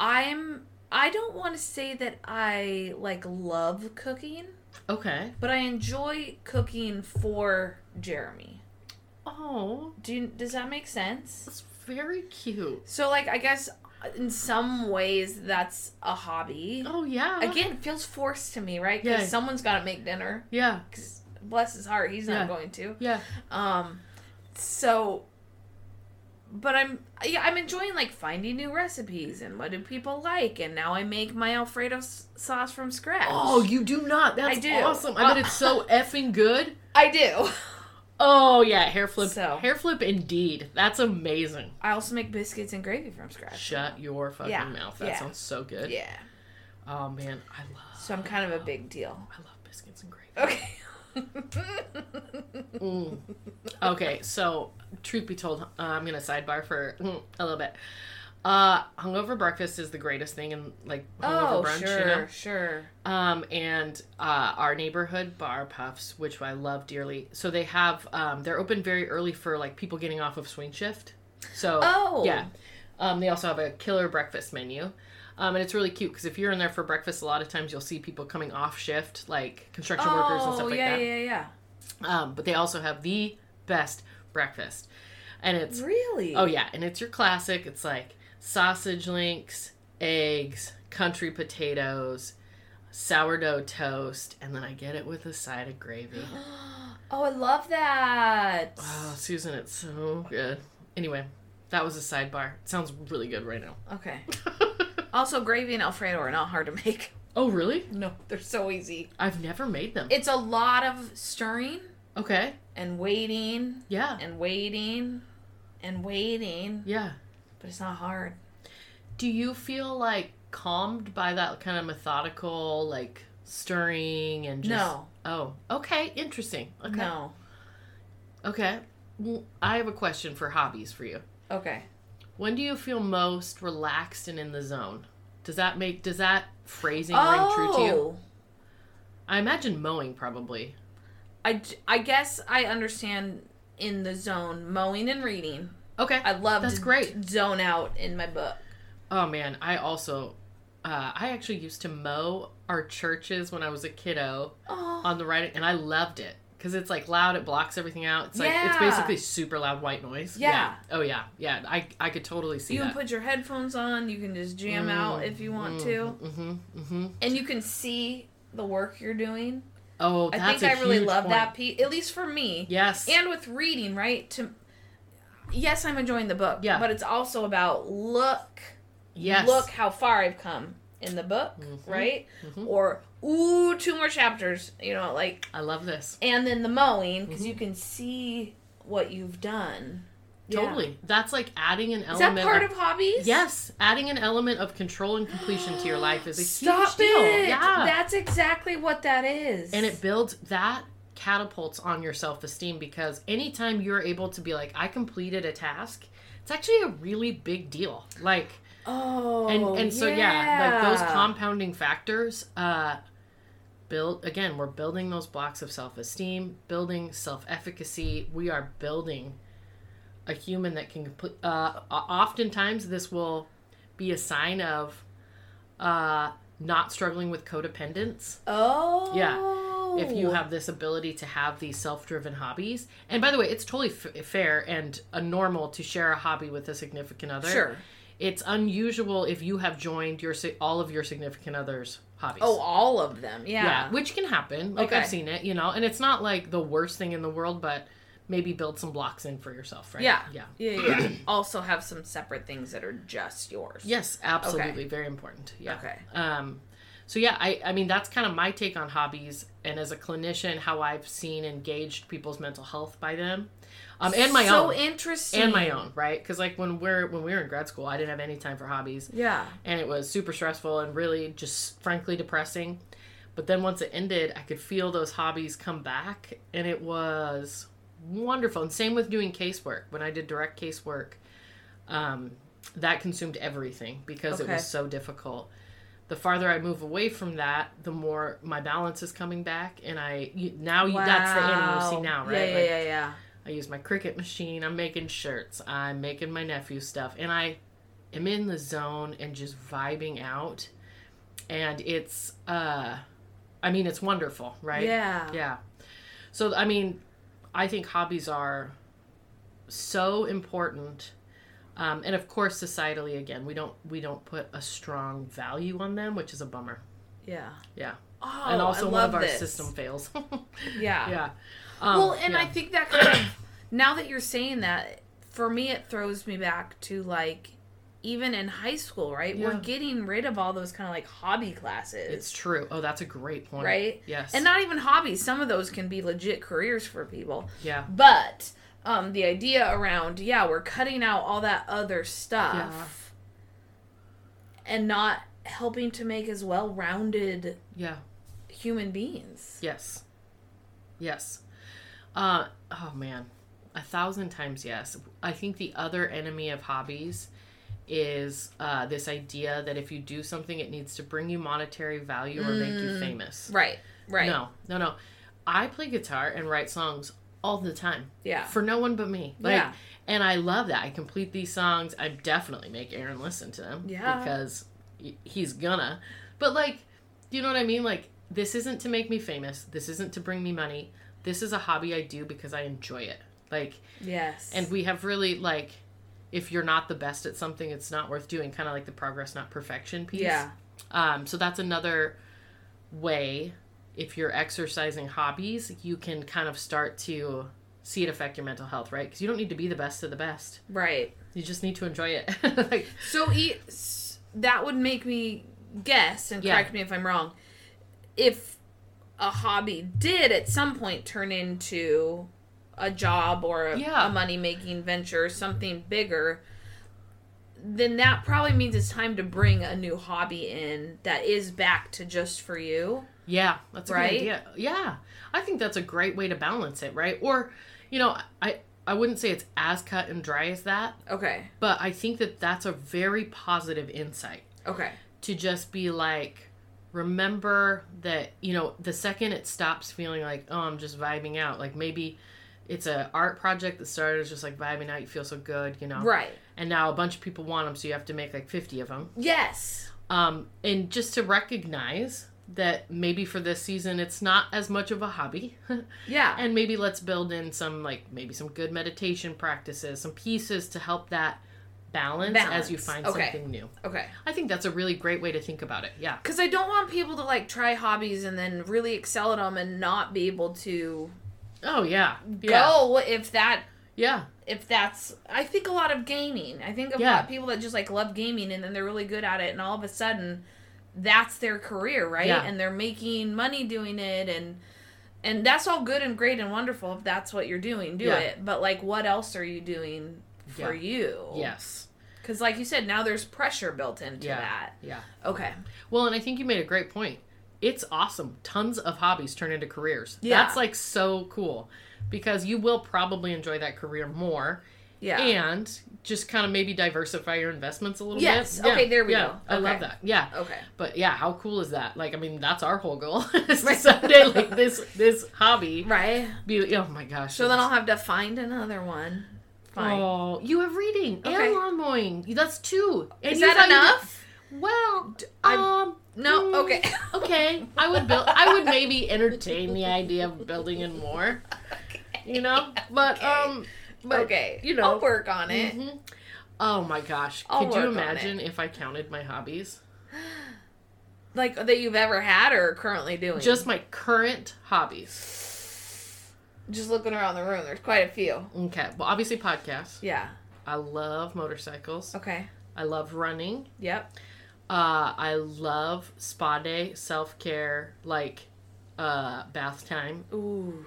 [SPEAKER 1] I'm I don't want to say that I like love cooking,
[SPEAKER 2] Okay.
[SPEAKER 1] but I enjoy cooking for Jeremy.
[SPEAKER 2] Oh,
[SPEAKER 1] Do you, does that make sense?
[SPEAKER 2] that's very cute.
[SPEAKER 1] So like I guess uh, in some ways that's a hobby.
[SPEAKER 2] Oh yeah.
[SPEAKER 1] Again, it feels forced to me, right? Because
[SPEAKER 2] Yeah.
[SPEAKER 1] someone's got to make dinner.
[SPEAKER 2] Yeah.
[SPEAKER 1] 'Cause bless his heart, he's not
[SPEAKER 2] Yeah.
[SPEAKER 1] going to.
[SPEAKER 2] Yeah.
[SPEAKER 1] Um, so, but I'm yeah, I'm enjoying like finding new recipes and what do people like, and now I make my Alfredo s- sauce from scratch.
[SPEAKER 2] Oh, you do not. That's
[SPEAKER 1] I do. Uh, (laughs)
[SPEAKER 2] awesome. I bet it's so effing good.
[SPEAKER 1] I do. (laughs)
[SPEAKER 2] Oh yeah, hair flip.
[SPEAKER 1] So-
[SPEAKER 2] Hair flip indeed. That's amazing.
[SPEAKER 1] I also make biscuits and gravy from scratch.
[SPEAKER 2] Shut your fucking
[SPEAKER 1] Yeah,
[SPEAKER 2] mouth. That
[SPEAKER 1] yeah.
[SPEAKER 2] sounds so good.
[SPEAKER 1] Yeah.
[SPEAKER 2] Oh man, I love
[SPEAKER 1] So I'm kind of a big deal.
[SPEAKER 2] I love biscuits and gravy. (laughs)
[SPEAKER 1] Okay. Oh,
[SPEAKER 2] Mm. Okay, so truth be told, uh, I'm gonna sidebar for (laughs) mm, a little bit. Uh, hungover breakfast is the greatest thing in like hungover
[SPEAKER 1] oh,
[SPEAKER 2] brunch,
[SPEAKER 1] sure,
[SPEAKER 2] you know.
[SPEAKER 1] sure.
[SPEAKER 2] Um, and uh, our neighborhood bar puffs, which I love dearly. So they have um, they're open very early for like people getting off of swing shift. So
[SPEAKER 1] Oh.
[SPEAKER 2] yeah, um, they also have a killer breakfast menu. Um, and it's really cute because if you're in there for breakfast, a lot of times you'll see people coming off shift, like construction workers and
[SPEAKER 1] Oh,
[SPEAKER 2] stuff like
[SPEAKER 1] yeah,
[SPEAKER 2] that.
[SPEAKER 1] yeah, yeah.
[SPEAKER 2] Um, but they also have the best breakfast, and it's
[SPEAKER 1] Really?
[SPEAKER 2] oh yeah, and it's your classic. It's like sausage links, eggs, country potatoes, sourdough toast, and then I get it with a side of gravy.
[SPEAKER 1] (gasps) Oh, I love that.
[SPEAKER 2] Oh, Susan, it's so good. Anyway, that was a sidebar. It sounds really good right now. (laughs)
[SPEAKER 1] Okay. Also, gravy and Alfredo are not hard to make. (laughs)
[SPEAKER 2] oh, really?
[SPEAKER 1] No, they're so easy.
[SPEAKER 2] I've never made them.
[SPEAKER 1] It's a lot of stirring
[SPEAKER 2] Okay.
[SPEAKER 1] and waiting
[SPEAKER 2] Yeah.
[SPEAKER 1] and waiting and waiting,
[SPEAKER 2] Yeah.
[SPEAKER 1] but it's not hard.
[SPEAKER 2] Do you feel like calmed by that kind of methodical, like stirring and just?
[SPEAKER 1] No,
[SPEAKER 2] Oh, okay. Interesting. Okay.
[SPEAKER 1] no.
[SPEAKER 2] Okay. Well, I have a question for hobbies for you.
[SPEAKER 1] Okay.
[SPEAKER 2] When do you feel most relaxed and in the zone? Does that make does that phrasing ring true to you?
[SPEAKER 1] Oh,
[SPEAKER 2] I imagine mowing probably.
[SPEAKER 1] I, j- I guess I understand in the zone mowing and reading.
[SPEAKER 2] Okay.
[SPEAKER 1] I love
[SPEAKER 2] That's
[SPEAKER 1] to
[SPEAKER 2] great.
[SPEAKER 1] zone out in my book.
[SPEAKER 2] Oh man, I also uh, I actually used to mow our churches when I was a kiddo
[SPEAKER 1] Oh,
[SPEAKER 2] on the right, and I loved it because it's like loud. It blocks everything out. It's like it's
[SPEAKER 1] Yeah.
[SPEAKER 2] basically super loud white noise.
[SPEAKER 1] Yeah.
[SPEAKER 2] Oh yeah, yeah. I I could totally see
[SPEAKER 1] you can
[SPEAKER 2] that.
[SPEAKER 1] put your headphones on. You can just jam out if you want to,
[SPEAKER 2] Mm-hmm. Mm-hmm.
[SPEAKER 1] and you can see the work you're doing.
[SPEAKER 2] Oh,
[SPEAKER 1] I
[SPEAKER 2] that's
[SPEAKER 1] think
[SPEAKER 2] a
[SPEAKER 1] I really
[SPEAKER 2] huge
[SPEAKER 1] love
[SPEAKER 2] point.
[SPEAKER 1] that piece, at least for me.
[SPEAKER 2] Yes.
[SPEAKER 1] And with reading, right? To yes, I'm enjoying the book.
[SPEAKER 2] Yeah.
[SPEAKER 1] But it's also about look,
[SPEAKER 2] yes.
[SPEAKER 1] look how far I've come in the book,
[SPEAKER 2] Mhm.
[SPEAKER 1] right?
[SPEAKER 2] Mhm.
[SPEAKER 1] Or ooh, two more chapters. You know, like
[SPEAKER 2] I love this.
[SPEAKER 1] and then the mowing because
[SPEAKER 2] Mhm.
[SPEAKER 1] you can see what you've done. Yeah.
[SPEAKER 2] Totally. That's like adding an
[SPEAKER 1] Is
[SPEAKER 2] element.
[SPEAKER 1] that part
[SPEAKER 2] of,
[SPEAKER 1] of hobbies?
[SPEAKER 2] Yes, adding an element of control and completion
[SPEAKER 1] (gasps)
[SPEAKER 2] to your life is a
[SPEAKER 1] Stop
[SPEAKER 2] huge deal.
[SPEAKER 1] it!
[SPEAKER 2] Yeah.
[SPEAKER 1] That's exactly what that is.
[SPEAKER 2] and it builds that catapults on your self-esteem because anytime you're able to be like I completed a task, it's actually a really big deal. Like
[SPEAKER 1] oh
[SPEAKER 2] and and so yeah, like those compounding factors uh build again, we're building those blocks of self-esteem, building self-efficacy. We are building a human that can complete uh o- oftentimes this will be a sign of uh not struggling with codependence
[SPEAKER 1] oh
[SPEAKER 2] if you have this ability to have these self-driven hobbies and by the way it's totally f- fair and a normal to share a hobby with a significant other
[SPEAKER 1] sure
[SPEAKER 2] it's unusual if you have joined your si- all of your significant others hobbies
[SPEAKER 1] Oh, all of them. Yeah.
[SPEAKER 2] which can happen like i've
[SPEAKER 1] Okay.
[SPEAKER 2] seen it you know and it's not like the worst thing in the world but maybe build some blocks in for yourself right
[SPEAKER 1] Yeah.
[SPEAKER 2] yeah
[SPEAKER 1] Yeah, yeah. (clears throat) also have some separate things that are just yours.
[SPEAKER 2] Yes, absolutely. Very important. Yeah.
[SPEAKER 1] Okay.
[SPEAKER 2] Um, so yeah, I, I mean that's kind of my take on hobbies, and as a clinician, how I've seen engaged people's mental health by them, um, and my
[SPEAKER 1] so
[SPEAKER 2] own,
[SPEAKER 1] interesting.
[SPEAKER 2] and my own, right? Because like when we're when we were in grad school, I didn't have any time for hobbies,
[SPEAKER 1] Yeah.
[SPEAKER 2] and it was super stressful and really just frankly depressing. But then once it ended, I could feel those hobbies come back, and it was wonderful. And same with doing casework. When I did direct casework, um, that consumed everything because it
[SPEAKER 1] Okay.
[SPEAKER 2] was so difficult. The farther I move away from that, the more my balance is coming back, and I you, now Oh, you, that's the animal you see now, right?
[SPEAKER 1] Yeah,
[SPEAKER 2] Like,
[SPEAKER 1] yeah, yeah, yeah.
[SPEAKER 2] I use my cricket machine. I'm making shirts. I'm making my nephew stuff. And I am in the zone and just vibing out. And it's, uh, I mean, it's wonderful, right?
[SPEAKER 1] Yeah.
[SPEAKER 2] Yeah. So, I mean, I think hobbies are so important. Um, and of course, societally, again, we don't we don't put a strong value on them, which is a bummer.
[SPEAKER 1] Yeah.
[SPEAKER 2] Yeah,
[SPEAKER 1] Oh,
[SPEAKER 2] and also
[SPEAKER 1] I
[SPEAKER 2] one
[SPEAKER 1] love
[SPEAKER 2] of our
[SPEAKER 1] this.
[SPEAKER 2] system fails. (laughs)
[SPEAKER 1] (laughs) Yeah.
[SPEAKER 2] yeah. Um,
[SPEAKER 1] well, and I
[SPEAKER 2] yeah.
[SPEAKER 1] think that kind of now that you're saying that, for me, it throws me back to like even in high school, right? We're
[SPEAKER 2] Yeah.
[SPEAKER 1] getting rid of all those kind of like hobby classes.
[SPEAKER 2] It's true. Oh, that's a great point.
[SPEAKER 1] Right?
[SPEAKER 2] Yes.
[SPEAKER 1] and not even hobbies. Some of those can be legit careers for people.
[SPEAKER 2] yeah.
[SPEAKER 1] But um, the idea around, yeah, we're cutting out all that other stuff and not helping to make as well rounded
[SPEAKER 2] Yeah.
[SPEAKER 1] human beings.
[SPEAKER 2] Yes. Yes. Uh, oh man, a thousand times yes. I think the other enemy of hobbies is uh, this idea that if you do something, it needs to bring you monetary value or make you
[SPEAKER 1] Mm.
[SPEAKER 2] famous.
[SPEAKER 1] Right, right.
[SPEAKER 2] No, no, no. I play guitar and write songs all the time
[SPEAKER 1] Yeah.
[SPEAKER 2] for no one but me. Like,
[SPEAKER 1] Yeah.
[SPEAKER 2] and I love that. I complete these songs. I definitely make Aaron listen to them.
[SPEAKER 1] Yeah.
[SPEAKER 2] Because he- he's gonna. But like, you know what I mean? Like, this isn't to make me famous. This isn't to bring me money. This is a hobby I do because I enjoy it. Like,
[SPEAKER 1] Yes.
[SPEAKER 2] and we have really like, if you're not the best at something, it's not worth doing. Kind of like the progress, not perfection piece.
[SPEAKER 1] Yeah.
[SPEAKER 2] Um, so that's another way. If you're exercising hobbies, you can kind of start to see it affect your mental health, right? Because you don't need to be the best of the best.
[SPEAKER 1] Right.
[SPEAKER 2] You just need to enjoy it. (laughs) like,
[SPEAKER 1] So e- s- that would make me guess, and
[SPEAKER 2] Yeah.
[SPEAKER 1] correct me if I'm wrong, if a hobby did at some point turn into a job or a,
[SPEAKER 2] Yeah.
[SPEAKER 1] money making venture, something bigger, then that probably means it's time to bring a new hobby in that is back to just for you.
[SPEAKER 2] yeah, that's a
[SPEAKER 1] Right?
[SPEAKER 2] good idea. Yeah, I think that's a great way to balance it, right? Or, you know, I I wouldn't say it's as cut and dry as that,
[SPEAKER 1] Okay.
[SPEAKER 2] but I think that that's a very positive insight.
[SPEAKER 1] Okay.
[SPEAKER 2] to just be like remember that you know the second it stops feeling like oh i'm just vibing out like maybe it's a art project that started as just like vibing out you feel so good you know
[SPEAKER 1] Right.
[SPEAKER 2] and now a bunch of people want them so you have to make like 50 of them
[SPEAKER 1] Yes.
[SPEAKER 2] um and just to recognize that maybe for this season it's not as much of a hobby (laughs)
[SPEAKER 1] Yeah.
[SPEAKER 2] and maybe let's build in some like maybe some good meditation practices some pieces to help that balance, as you
[SPEAKER 1] Balance.
[SPEAKER 2] find
[SPEAKER 1] Okay.
[SPEAKER 2] something new
[SPEAKER 1] Okay.
[SPEAKER 2] i think that's a really great way to think about it yeah
[SPEAKER 1] Because I don't want people to like try hobbies and then really excel at them and not be able to
[SPEAKER 2] Oh yeah. Yeah.
[SPEAKER 1] go if that
[SPEAKER 2] Yeah.
[SPEAKER 1] if that's I think a lot of gaming. I think of
[SPEAKER 2] Yeah.
[SPEAKER 1] lot people that just like love gaming and then they're really good at it and all of a sudden that's their career, right?
[SPEAKER 2] Yeah.
[SPEAKER 1] And they're making money doing it and and that's all good and great and wonderful if that's what you're doing, do
[SPEAKER 2] Yeah.
[SPEAKER 1] it. But like what else are you doing for
[SPEAKER 2] Yeah.
[SPEAKER 1] you?
[SPEAKER 2] Yes.
[SPEAKER 1] Cuz like you said now there's pressure built into
[SPEAKER 2] Yeah.
[SPEAKER 1] that.
[SPEAKER 2] Yeah.
[SPEAKER 1] Okay.
[SPEAKER 2] Well, and I think you made a great point. It's awesome. Tons of hobbies turn into careers.
[SPEAKER 1] Yeah.
[SPEAKER 2] That's like so cool because you will probably enjoy that career more
[SPEAKER 1] Yeah.
[SPEAKER 2] and just kind of maybe diversify your investments a little
[SPEAKER 1] Yes.
[SPEAKER 2] bit. Yeah.
[SPEAKER 1] Okay, there we
[SPEAKER 2] Yeah.
[SPEAKER 1] go.
[SPEAKER 2] I love
[SPEAKER 1] Okay.
[SPEAKER 2] that. Yeah.
[SPEAKER 1] okay.
[SPEAKER 2] But yeah, how cool is that? Like, I mean, that's our whole goal (laughs) is to someday like this this hobby
[SPEAKER 1] Right.
[SPEAKER 2] be. Oh my gosh!
[SPEAKER 1] So then I'll have to find another one. Fine.
[SPEAKER 2] Oh, you have reading
[SPEAKER 1] Okay.
[SPEAKER 2] and lawn mowing. That's two. And
[SPEAKER 1] Is
[SPEAKER 2] you
[SPEAKER 1] that
[SPEAKER 2] thought you did-
[SPEAKER 1] enough?
[SPEAKER 2] Well,
[SPEAKER 1] I-
[SPEAKER 2] um,
[SPEAKER 1] No,
[SPEAKER 2] mm,
[SPEAKER 1] okay.
[SPEAKER 2] okay. I would build. I would maybe entertain the idea of building in more. You know, but
[SPEAKER 1] okay.
[SPEAKER 2] um, but
[SPEAKER 1] okay.
[SPEAKER 2] you know.
[SPEAKER 1] I'll work on it.
[SPEAKER 2] mhm. Oh my gosh!
[SPEAKER 1] I'll
[SPEAKER 2] Could you
[SPEAKER 1] work on it.
[SPEAKER 2] imagine if I counted my hobbies?
[SPEAKER 1] Like that you've ever had or are currently doing.
[SPEAKER 2] Just my current hobbies.
[SPEAKER 1] just looking around the room, there's quite a few.
[SPEAKER 2] Okay. Well, obviously podcasts.
[SPEAKER 1] Yeah.
[SPEAKER 2] I love motorcycles.
[SPEAKER 1] Okay.
[SPEAKER 2] I love running.
[SPEAKER 1] Yep.
[SPEAKER 2] Uh, I love spa day, self care, like uh, bath time.
[SPEAKER 1] Ooh.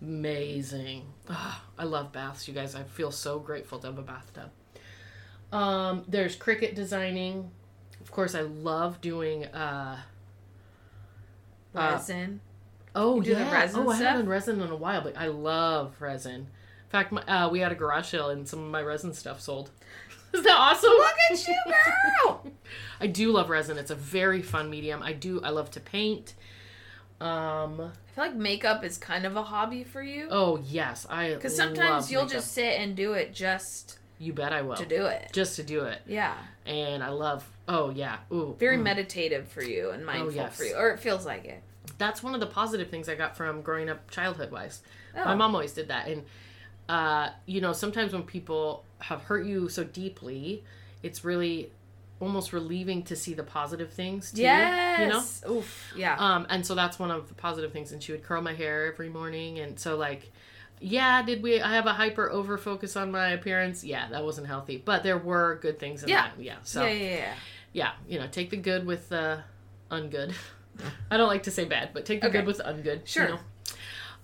[SPEAKER 2] amazing. Ah, I love baths, you guys. I feel so grateful to have a bathtub. Um, there's cricket designing. Of course, I love doing. Uh, Uh,
[SPEAKER 1] Resin.
[SPEAKER 2] oh
[SPEAKER 1] You do the
[SPEAKER 2] yeah,
[SPEAKER 1] resin
[SPEAKER 2] oh I
[SPEAKER 1] stuff?
[SPEAKER 2] haven't done resin in a while, but I love resin. In fact, my, uh, we had a garage sale and some of my resin stuff sold. (laughs) Is that awesome?
[SPEAKER 1] Look at you, girl.
[SPEAKER 2] (laughs) I do love resin. It's a very fun medium. I do. I love to paint. Um.
[SPEAKER 1] I feel like makeup is kind of a hobby for you.
[SPEAKER 2] Oh yes, I.
[SPEAKER 1] Because
[SPEAKER 2] love
[SPEAKER 1] sometimes you'll
[SPEAKER 2] makeup. Oh.
[SPEAKER 1] just sit and do it just
[SPEAKER 2] You bet I will.
[SPEAKER 1] to do it.
[SPEAKER 2] Just to do it.
[SPEAKER 1] Yeah.
[SPEAKER 2] and I love. Oh yeah, ooh,
[SPEAKER 1] Very
[SPEAKER 2] mm. Oh,
[SPEAKER 1] meditative for you and mindful
[SPEAKER 2] yes.
[SPEAKER 1] for you. Or it feels like it.
[SPEAKER 2] That's one of the positive things I got from growing up childhood wise.
[SPEAKER 1] Oh.
[SPEAKER 2] My mom always did that, and uh, you know, sometimes when people have hurt you so deeply, it's really almost relieving to see the positive things. Too,
[SPEAKER 1] Yes.
[SPEAKER 2] you know. Oh,
[SPEAKER 1] Oof. Yeah.
[SPEAKER 2] Um, and so that's one of the positive things. And she would curl my hair every morning, and so like yeah, did we I have a hyper over focus on my appearance? Yeah, that wasn't healthy. But there were good things in
[SPEAKER 1] Yeah.
[SPEAKER 2] that. Yeah. So
[SPEAKER 1] yeah, yeah, yeah.
[SPEAKER 2] yeah, you know, take the good with the ungood. (laughs) I don't like to say bad, but take the
[SPEAKER 1] Okay.
[SPEAKER 2] good with the ungood. you
[SPEAKER 1] Sure.
[SPEAKER 2] know.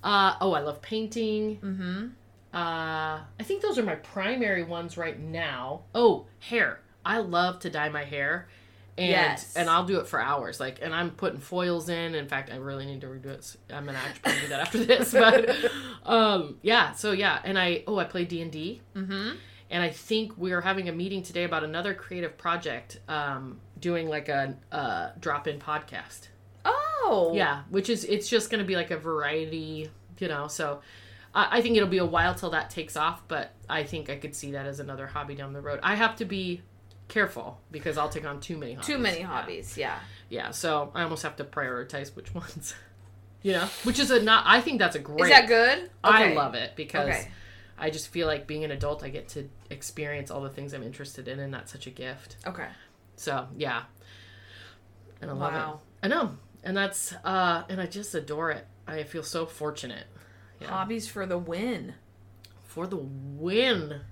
[SPEAKER 2] Uh, oh, I love painting.
[SPEAKER 1] Mm-hmm.
[SPEAKER 2] Uh, I think those are my primary ones right now. Oh, hair. I love to dye my hair. And,
[SPEAKER 1] Yes.
[SPEAKER 2] and I'll do it for hours. Like, and I'm putting foils in. In fact, I really need to redo it. I'm gonna actually do that after this. (laughs) But, um, yeah. So yeah. And I oh, I play D and D
[SPEAKER 1] Mm-hmm.
[SPEAKER 2] and I think we are having a meeting today about another creative project, um, doing like a, uh drop-in podcast.
[SPEAKER 1] Oh.
[SPEAKER 2] Yeah, which is it's just going to be like a variety, you know. So I, I think it'll be a while till that takes off, but I think I could see that as another hobby down the road. I have to be careful because I'll take on too many hobbies.
[SPEAKER 1] Too many
[SPEAKER 2] Yeah.
[SPEAKER 1] hobbies. Yeah.
[SPEAKER 2] Yeah, so I almost have to prioritize which ones. (laughs) You know, which is a not. I think that's a great.
[SPEAKER 1] Is that good?
[SPEAKER 2] I love it because
[SPEAKER 1] Okay.
[SPEAKER 2] I just feel like being an adult, I get to experience all the things I'm interested in, and that's such a gift.
[SPEAKER 1] Okay.
[SPEAKER 2] So yeah, and I love
[SPEAKER 1] Wow.
[SPEAKER 2] it. I know, and that's uh, and I just adore it. I feel so fortunate. Yeah.
[SPEAKER 1] Hobbies for the win.
[SPEAKER 2] For the win.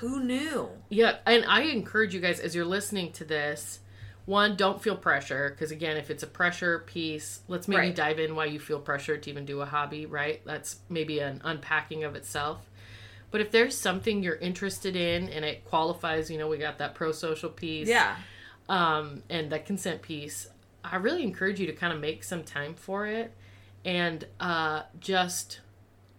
[SPEAKER 1] Who knew?
[SPEAKER 2] Yeah, and I encourage you guys as you're listening to this, one, don't feel pressure because again, if it's a pressure piece, let's maybe
[SPEAKER 1] Right.
[SPEAKER 2] dive in why you feel pressured to even do a hobby, right? That's maybe an unpacking of itself. But if there's something you're interested in and it qualifies, you know, we got that pro social piece,
[SPEAKER 1] Yeah.
[SPEAKER 2] um, and that consent piece, I really encourage you to kind of make some time for it and uh, just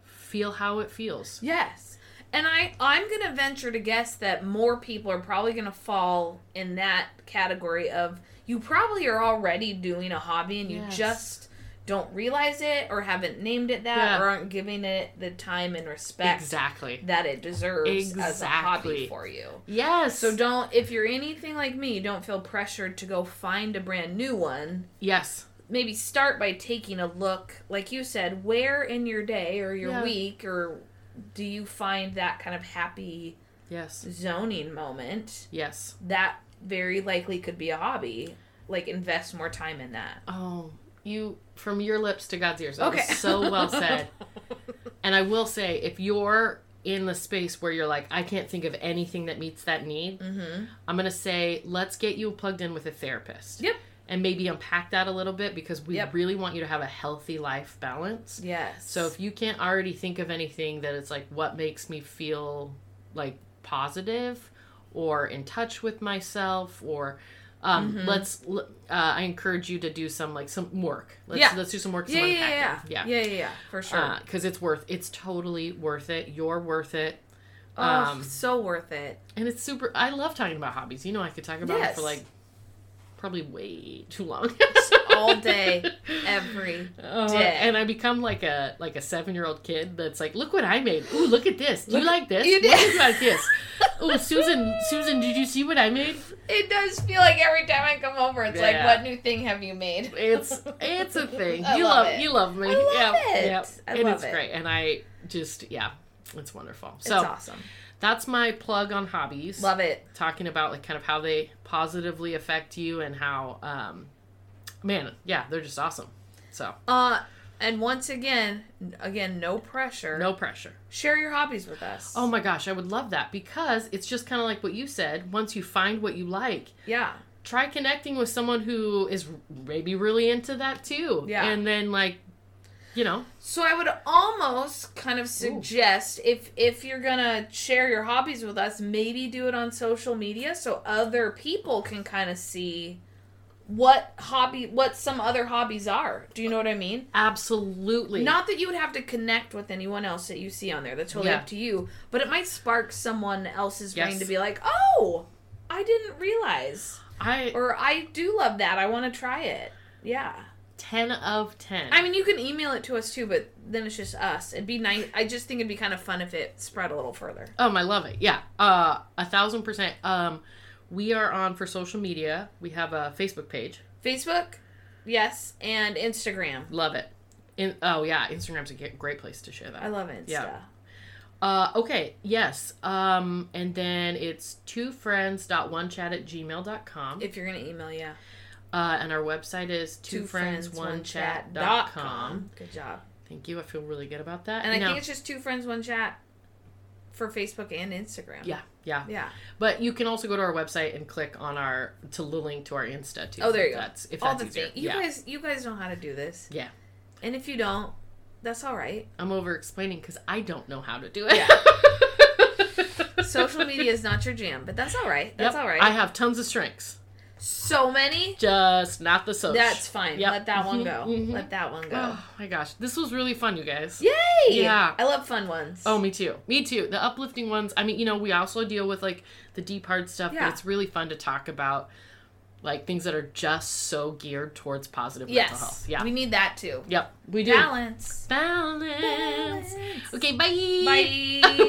[SPEAKER 2] feel how it feels.
[SPEAKER 1] Yes. And I I'm going to venture to guess that more people are probably going to fall in that category of you probably are already doing a hobby and you
[SPEAKER 2] Yes.
[SPEAKER 1] just don't realize it or haven't named it that
[SPEAKER 2] Yeah.
[SPEAKER 1] or aren't giving it the time and respect
[SPEAKER 2] Exactly.
[SPEAKER 1] that it deserves as a hobby
[SPEAKER 2] Exactly.
[SPEAKER 1] for you.
[SPEAKER 2] Yes.
[SPEAKER 1] So don't if you're anything like me, don't feel pressured to go find a brand new one.
[SPEAKER 2] yes.
[SPEAKER 1] Maybe start by taking a look, like you said, where in your day or your
[SPEAKER 2] Yeah.
[SPEAKER 1] week or do you find that kind of happy
[SPEAKER 2] Yes.
[SPEAKER 1] zoning moment?
[SPEAKER 2] Yes.
[SPEAKER 1] That very likely could be a hobby. Like invest more time in that.
[SPEAKER 2] Oh, you from your lips to God's ears. That
[SPEAKER 1] Okay.
[SPEAKER 2] was so
[SPEAKER 1] (laughs)
[SPEAKER 2] well said. (laughs) and I will say, if you're in the space where you're like, I can't think of anything that meets that need,
[SPEAKER 1] Mm-hmm.
[SPEAKER 2] I'm gonna say, let's get you plugged in with a therapist.
[SPEAKER 1] Yep.
[SPEAKER 2] And maybe unpack that a little bit because we
[SPEAKER 1] Yep.
[SPEAKER 2] really want you to have a healthy life balance.
[SPEAKER 1] Yes.
[SPEAKER 2] So if you can't already think of anything that it's like what makes me feel like positive or in touch with myself or um,
[SPEAKER 1] Mhm.
[SPEAKER 2] let's l- uh, I encourage you to do some like some work. Let's
[SPEAKER 1] Yeah.
[SPEAKER 2] let's do some work some
[SPEAKER 1] yeah, yeah, yeah,
[SPEAKER 2] unpacking.
[SPEAKER 1] yeah, yeah, yeah, yeah, for sure.
[SPEAKER 2] Cuz it's worth it's totally worth it. You're worth it.
[SPEAKER 1] oh,
[SPEAKER 2] um,
[SPEAKER 1] so worth it.
[SPEAKER 2] (laughs) And it's super I love talking about hobbies. You know I could talk about it
[SPEAKER 1] Yes.
[SPEAKER 2] for like probably way too long.
[SPEAKER 1] all day,
[SPEAKER 2] (laughs)
[SPEAKER 1] every
[SPEAKER 2] Uh,
[SPEAKER 1] day.
[SPEAKER 2] and I become like a like a seven year old kid that's like, look what I made. Ooh, look at this. Do you
[SPEAKER 1] Look-
[SPEAKER 2] like this?
[SPEAKER 1] you
[SPEAKER 2] What do
[SPEAKER 1] did.
[SPEAKER 2] you like
[SPEAKER 1] (laughs)
[SPEAKER 2] this? Ooh, Susan, Susan, did you see what I made?
[SPEAKER 1] It does feel like every time I come over, it's like,
[SPEAKER 2] Yeah.
[SPEAKER 1] what new thing have you made?
[SPEAKER 2] It's it's a thing.
[SPEAKER 1] I
[SPEAKER 2] you
[SPEAKER 1] love
[SPEAKER 2] love,
[SPEAKER 1] it.
[SPEAKER 2] you love me.
[SPEAKER 1] I love
[SPEAKER 2] yeah,
[SPEAKER 1] it.
[SPEAKER 2] yeah.
[SPEAKER 1] I
[SPEAKER 2] and
[SPEAKER 1] love
[SPEAKER 2] it's
[SPEAKER 1] it.
[SPEAKER 2] great. And I just yeah, it's wonderful.
[SPEAKER 1] It's
[SPEAKER 2] So
[SPEAKER 1] awesome.
[SPEAKER 2] that's my plug on hobbies.
[SPEAKER 1] Love it.
[SPEAKER 2] Talking about like kind of how they positively affect you and how um man, yeah, they're just awesome. So
[SPEAKER 1] Uh, and once again, again, no pressure.
[SPEAKER 2] no pressure.
[SPEAKER 1] Share your hobbies with us.
[SPEAKER 2] Oh my gosh, I would love that because it's just kind of like what you said. Once you find what you like,
[SPEAKER 1] yeah.
[SPEAKER 2] try connecting with someone who is maybe really into that too.
[SPEAKER 1] Yeah.
[SPEAKER 2] And then, like, you know,
[SPEAKER 1] So I would almost kind of suggest if if you're gonna share your hobbies with us, maybe do it on social media so other people can kind of see what hobby what some other hobbies are. Do you know what I mean?
[SPEAKER 2] absolutely.
[SPEAKER 1] Not that you would have to connect with anyone else that you see on there. That's totally
[SPEAKER 2] Yeah.
[SPEAKER 1] up to you. But it might spark someone else's brain
[SPEAKER 2] Yes.
[SPEAKER 1] to be like, oh, I didn't realize.
[SPEAKER 2] I,
[SPEAKER 1] Or I do love that. I want to try it. Yeah.
[SPEAKER 2] 10 of 10.
[SPEAKER 1] I mean, you can email it to us too, but then it's just us. It'd be nice. I just think it'd be kind of fun if it spread a little further.
[SPEAKER 2] um, I love it. Yeah. Uh, a thousand percent. Um, we are on for social media. We have a Facebook page.
[SPEAKER 1] Facebook, yes, and Instagram.
[SPEAKER 2] Love it. In, oh, yeah. Instagram's a ge- great place to share that.
[SPEAKER 1] I love Insta.
[SPEAKER 2] Yeah. Uh, okay, yes. Um, and then it's two friends dot one chat at gmail.com.
[SPEAKER 1] If you're going to email, yeah.
[SPEAKER 2] Uh, and our website is two friends one
[SPEAKER 1] friends, one
[SPEAKER 2] chat
[SPEAKER 1] chat dot
[SPEAKER 2] dot com.
[SPEAKER 1] Good job.
[SPEAKER 2] Thank you. I feel really good about that.
[SPEAKER 1] And I
[SPEAKER 2] Now-
[SPEAKER 1] think it's just two friends, one chat for Facebook and Instagram.
[SPEAKER 2] yeah, yeah.
[SPEAKER 1] Yeah.
[SPEAKER 2] But you can also go to our website and click on our to the link to our Insta too.
[SPEAKER 1] Oh, there
[SPEAKER 2] if
[SPEAKER 1] you go.
[SPEAKER 2] That's, if
[SPEAKER 1] All
[SPEAKER 2] that's
[SPEAKER 1] the
[SPEAKER 2] easier.
[SPEAKER 1] things. You
[SPEAKER 2] yeah.
[SPEAKER 1] guys you guys know how to do this.
[SPEAKER 2] Yeah.
[SPEAKER 1] And if you don't, that's all right.
[SPEAKER 2] I'm over explaining because I don't know how to do it. (laughs)
[SPEAKER 1] Social media is not your jam, but that's all right. That's
[SPEAKER 2] Yep.
[SPEAKER 1] all right.
[SPEAKER 2] I have tons of strengths,
[SPEAKER 1] so many.
[SPEAKER 2] just not the social.
[SPEAKER 1] That's fine.
[SPEAKER 2] Yep.
[SPEAKER 1] Let that one
[SPEAKER 2] Mhm,
[SPEAKER 1] go.
[SPEAKER 2] mhm.
[SPEAKER 1] Let that one go.
[SPEAKER 2] Oh my gosh, this was really fun, you guys.
[SPEAKER 1] Yay!
[SPEAKER 2] Yeah.
[SPEAKER 1] I love fun ones.
[SPEAKER 2] Oh, me too. Me too. The uplifting ones. I mean, you know, we also deal with like the deep hard stuff,
[SPEAKER 1] Yeah.
[SPEAKER 2] but it's really fun to talk about like things that are just so geared towards positive
[SPEAKER 1] yes.
[SPEAKER 2] mental health. Yeah.
[SPEAKER 1] We need that too.
[SPEAKER 2] yep. We do.
[SPEAKER 1] Balance.
[SPEAKER 2] Balance.
[SPEAKER 1] Balance.
[SPEAKER 2] Okay, bye.
[SPEAKER 1] Bye.
[SPEAKER 2] (laughs)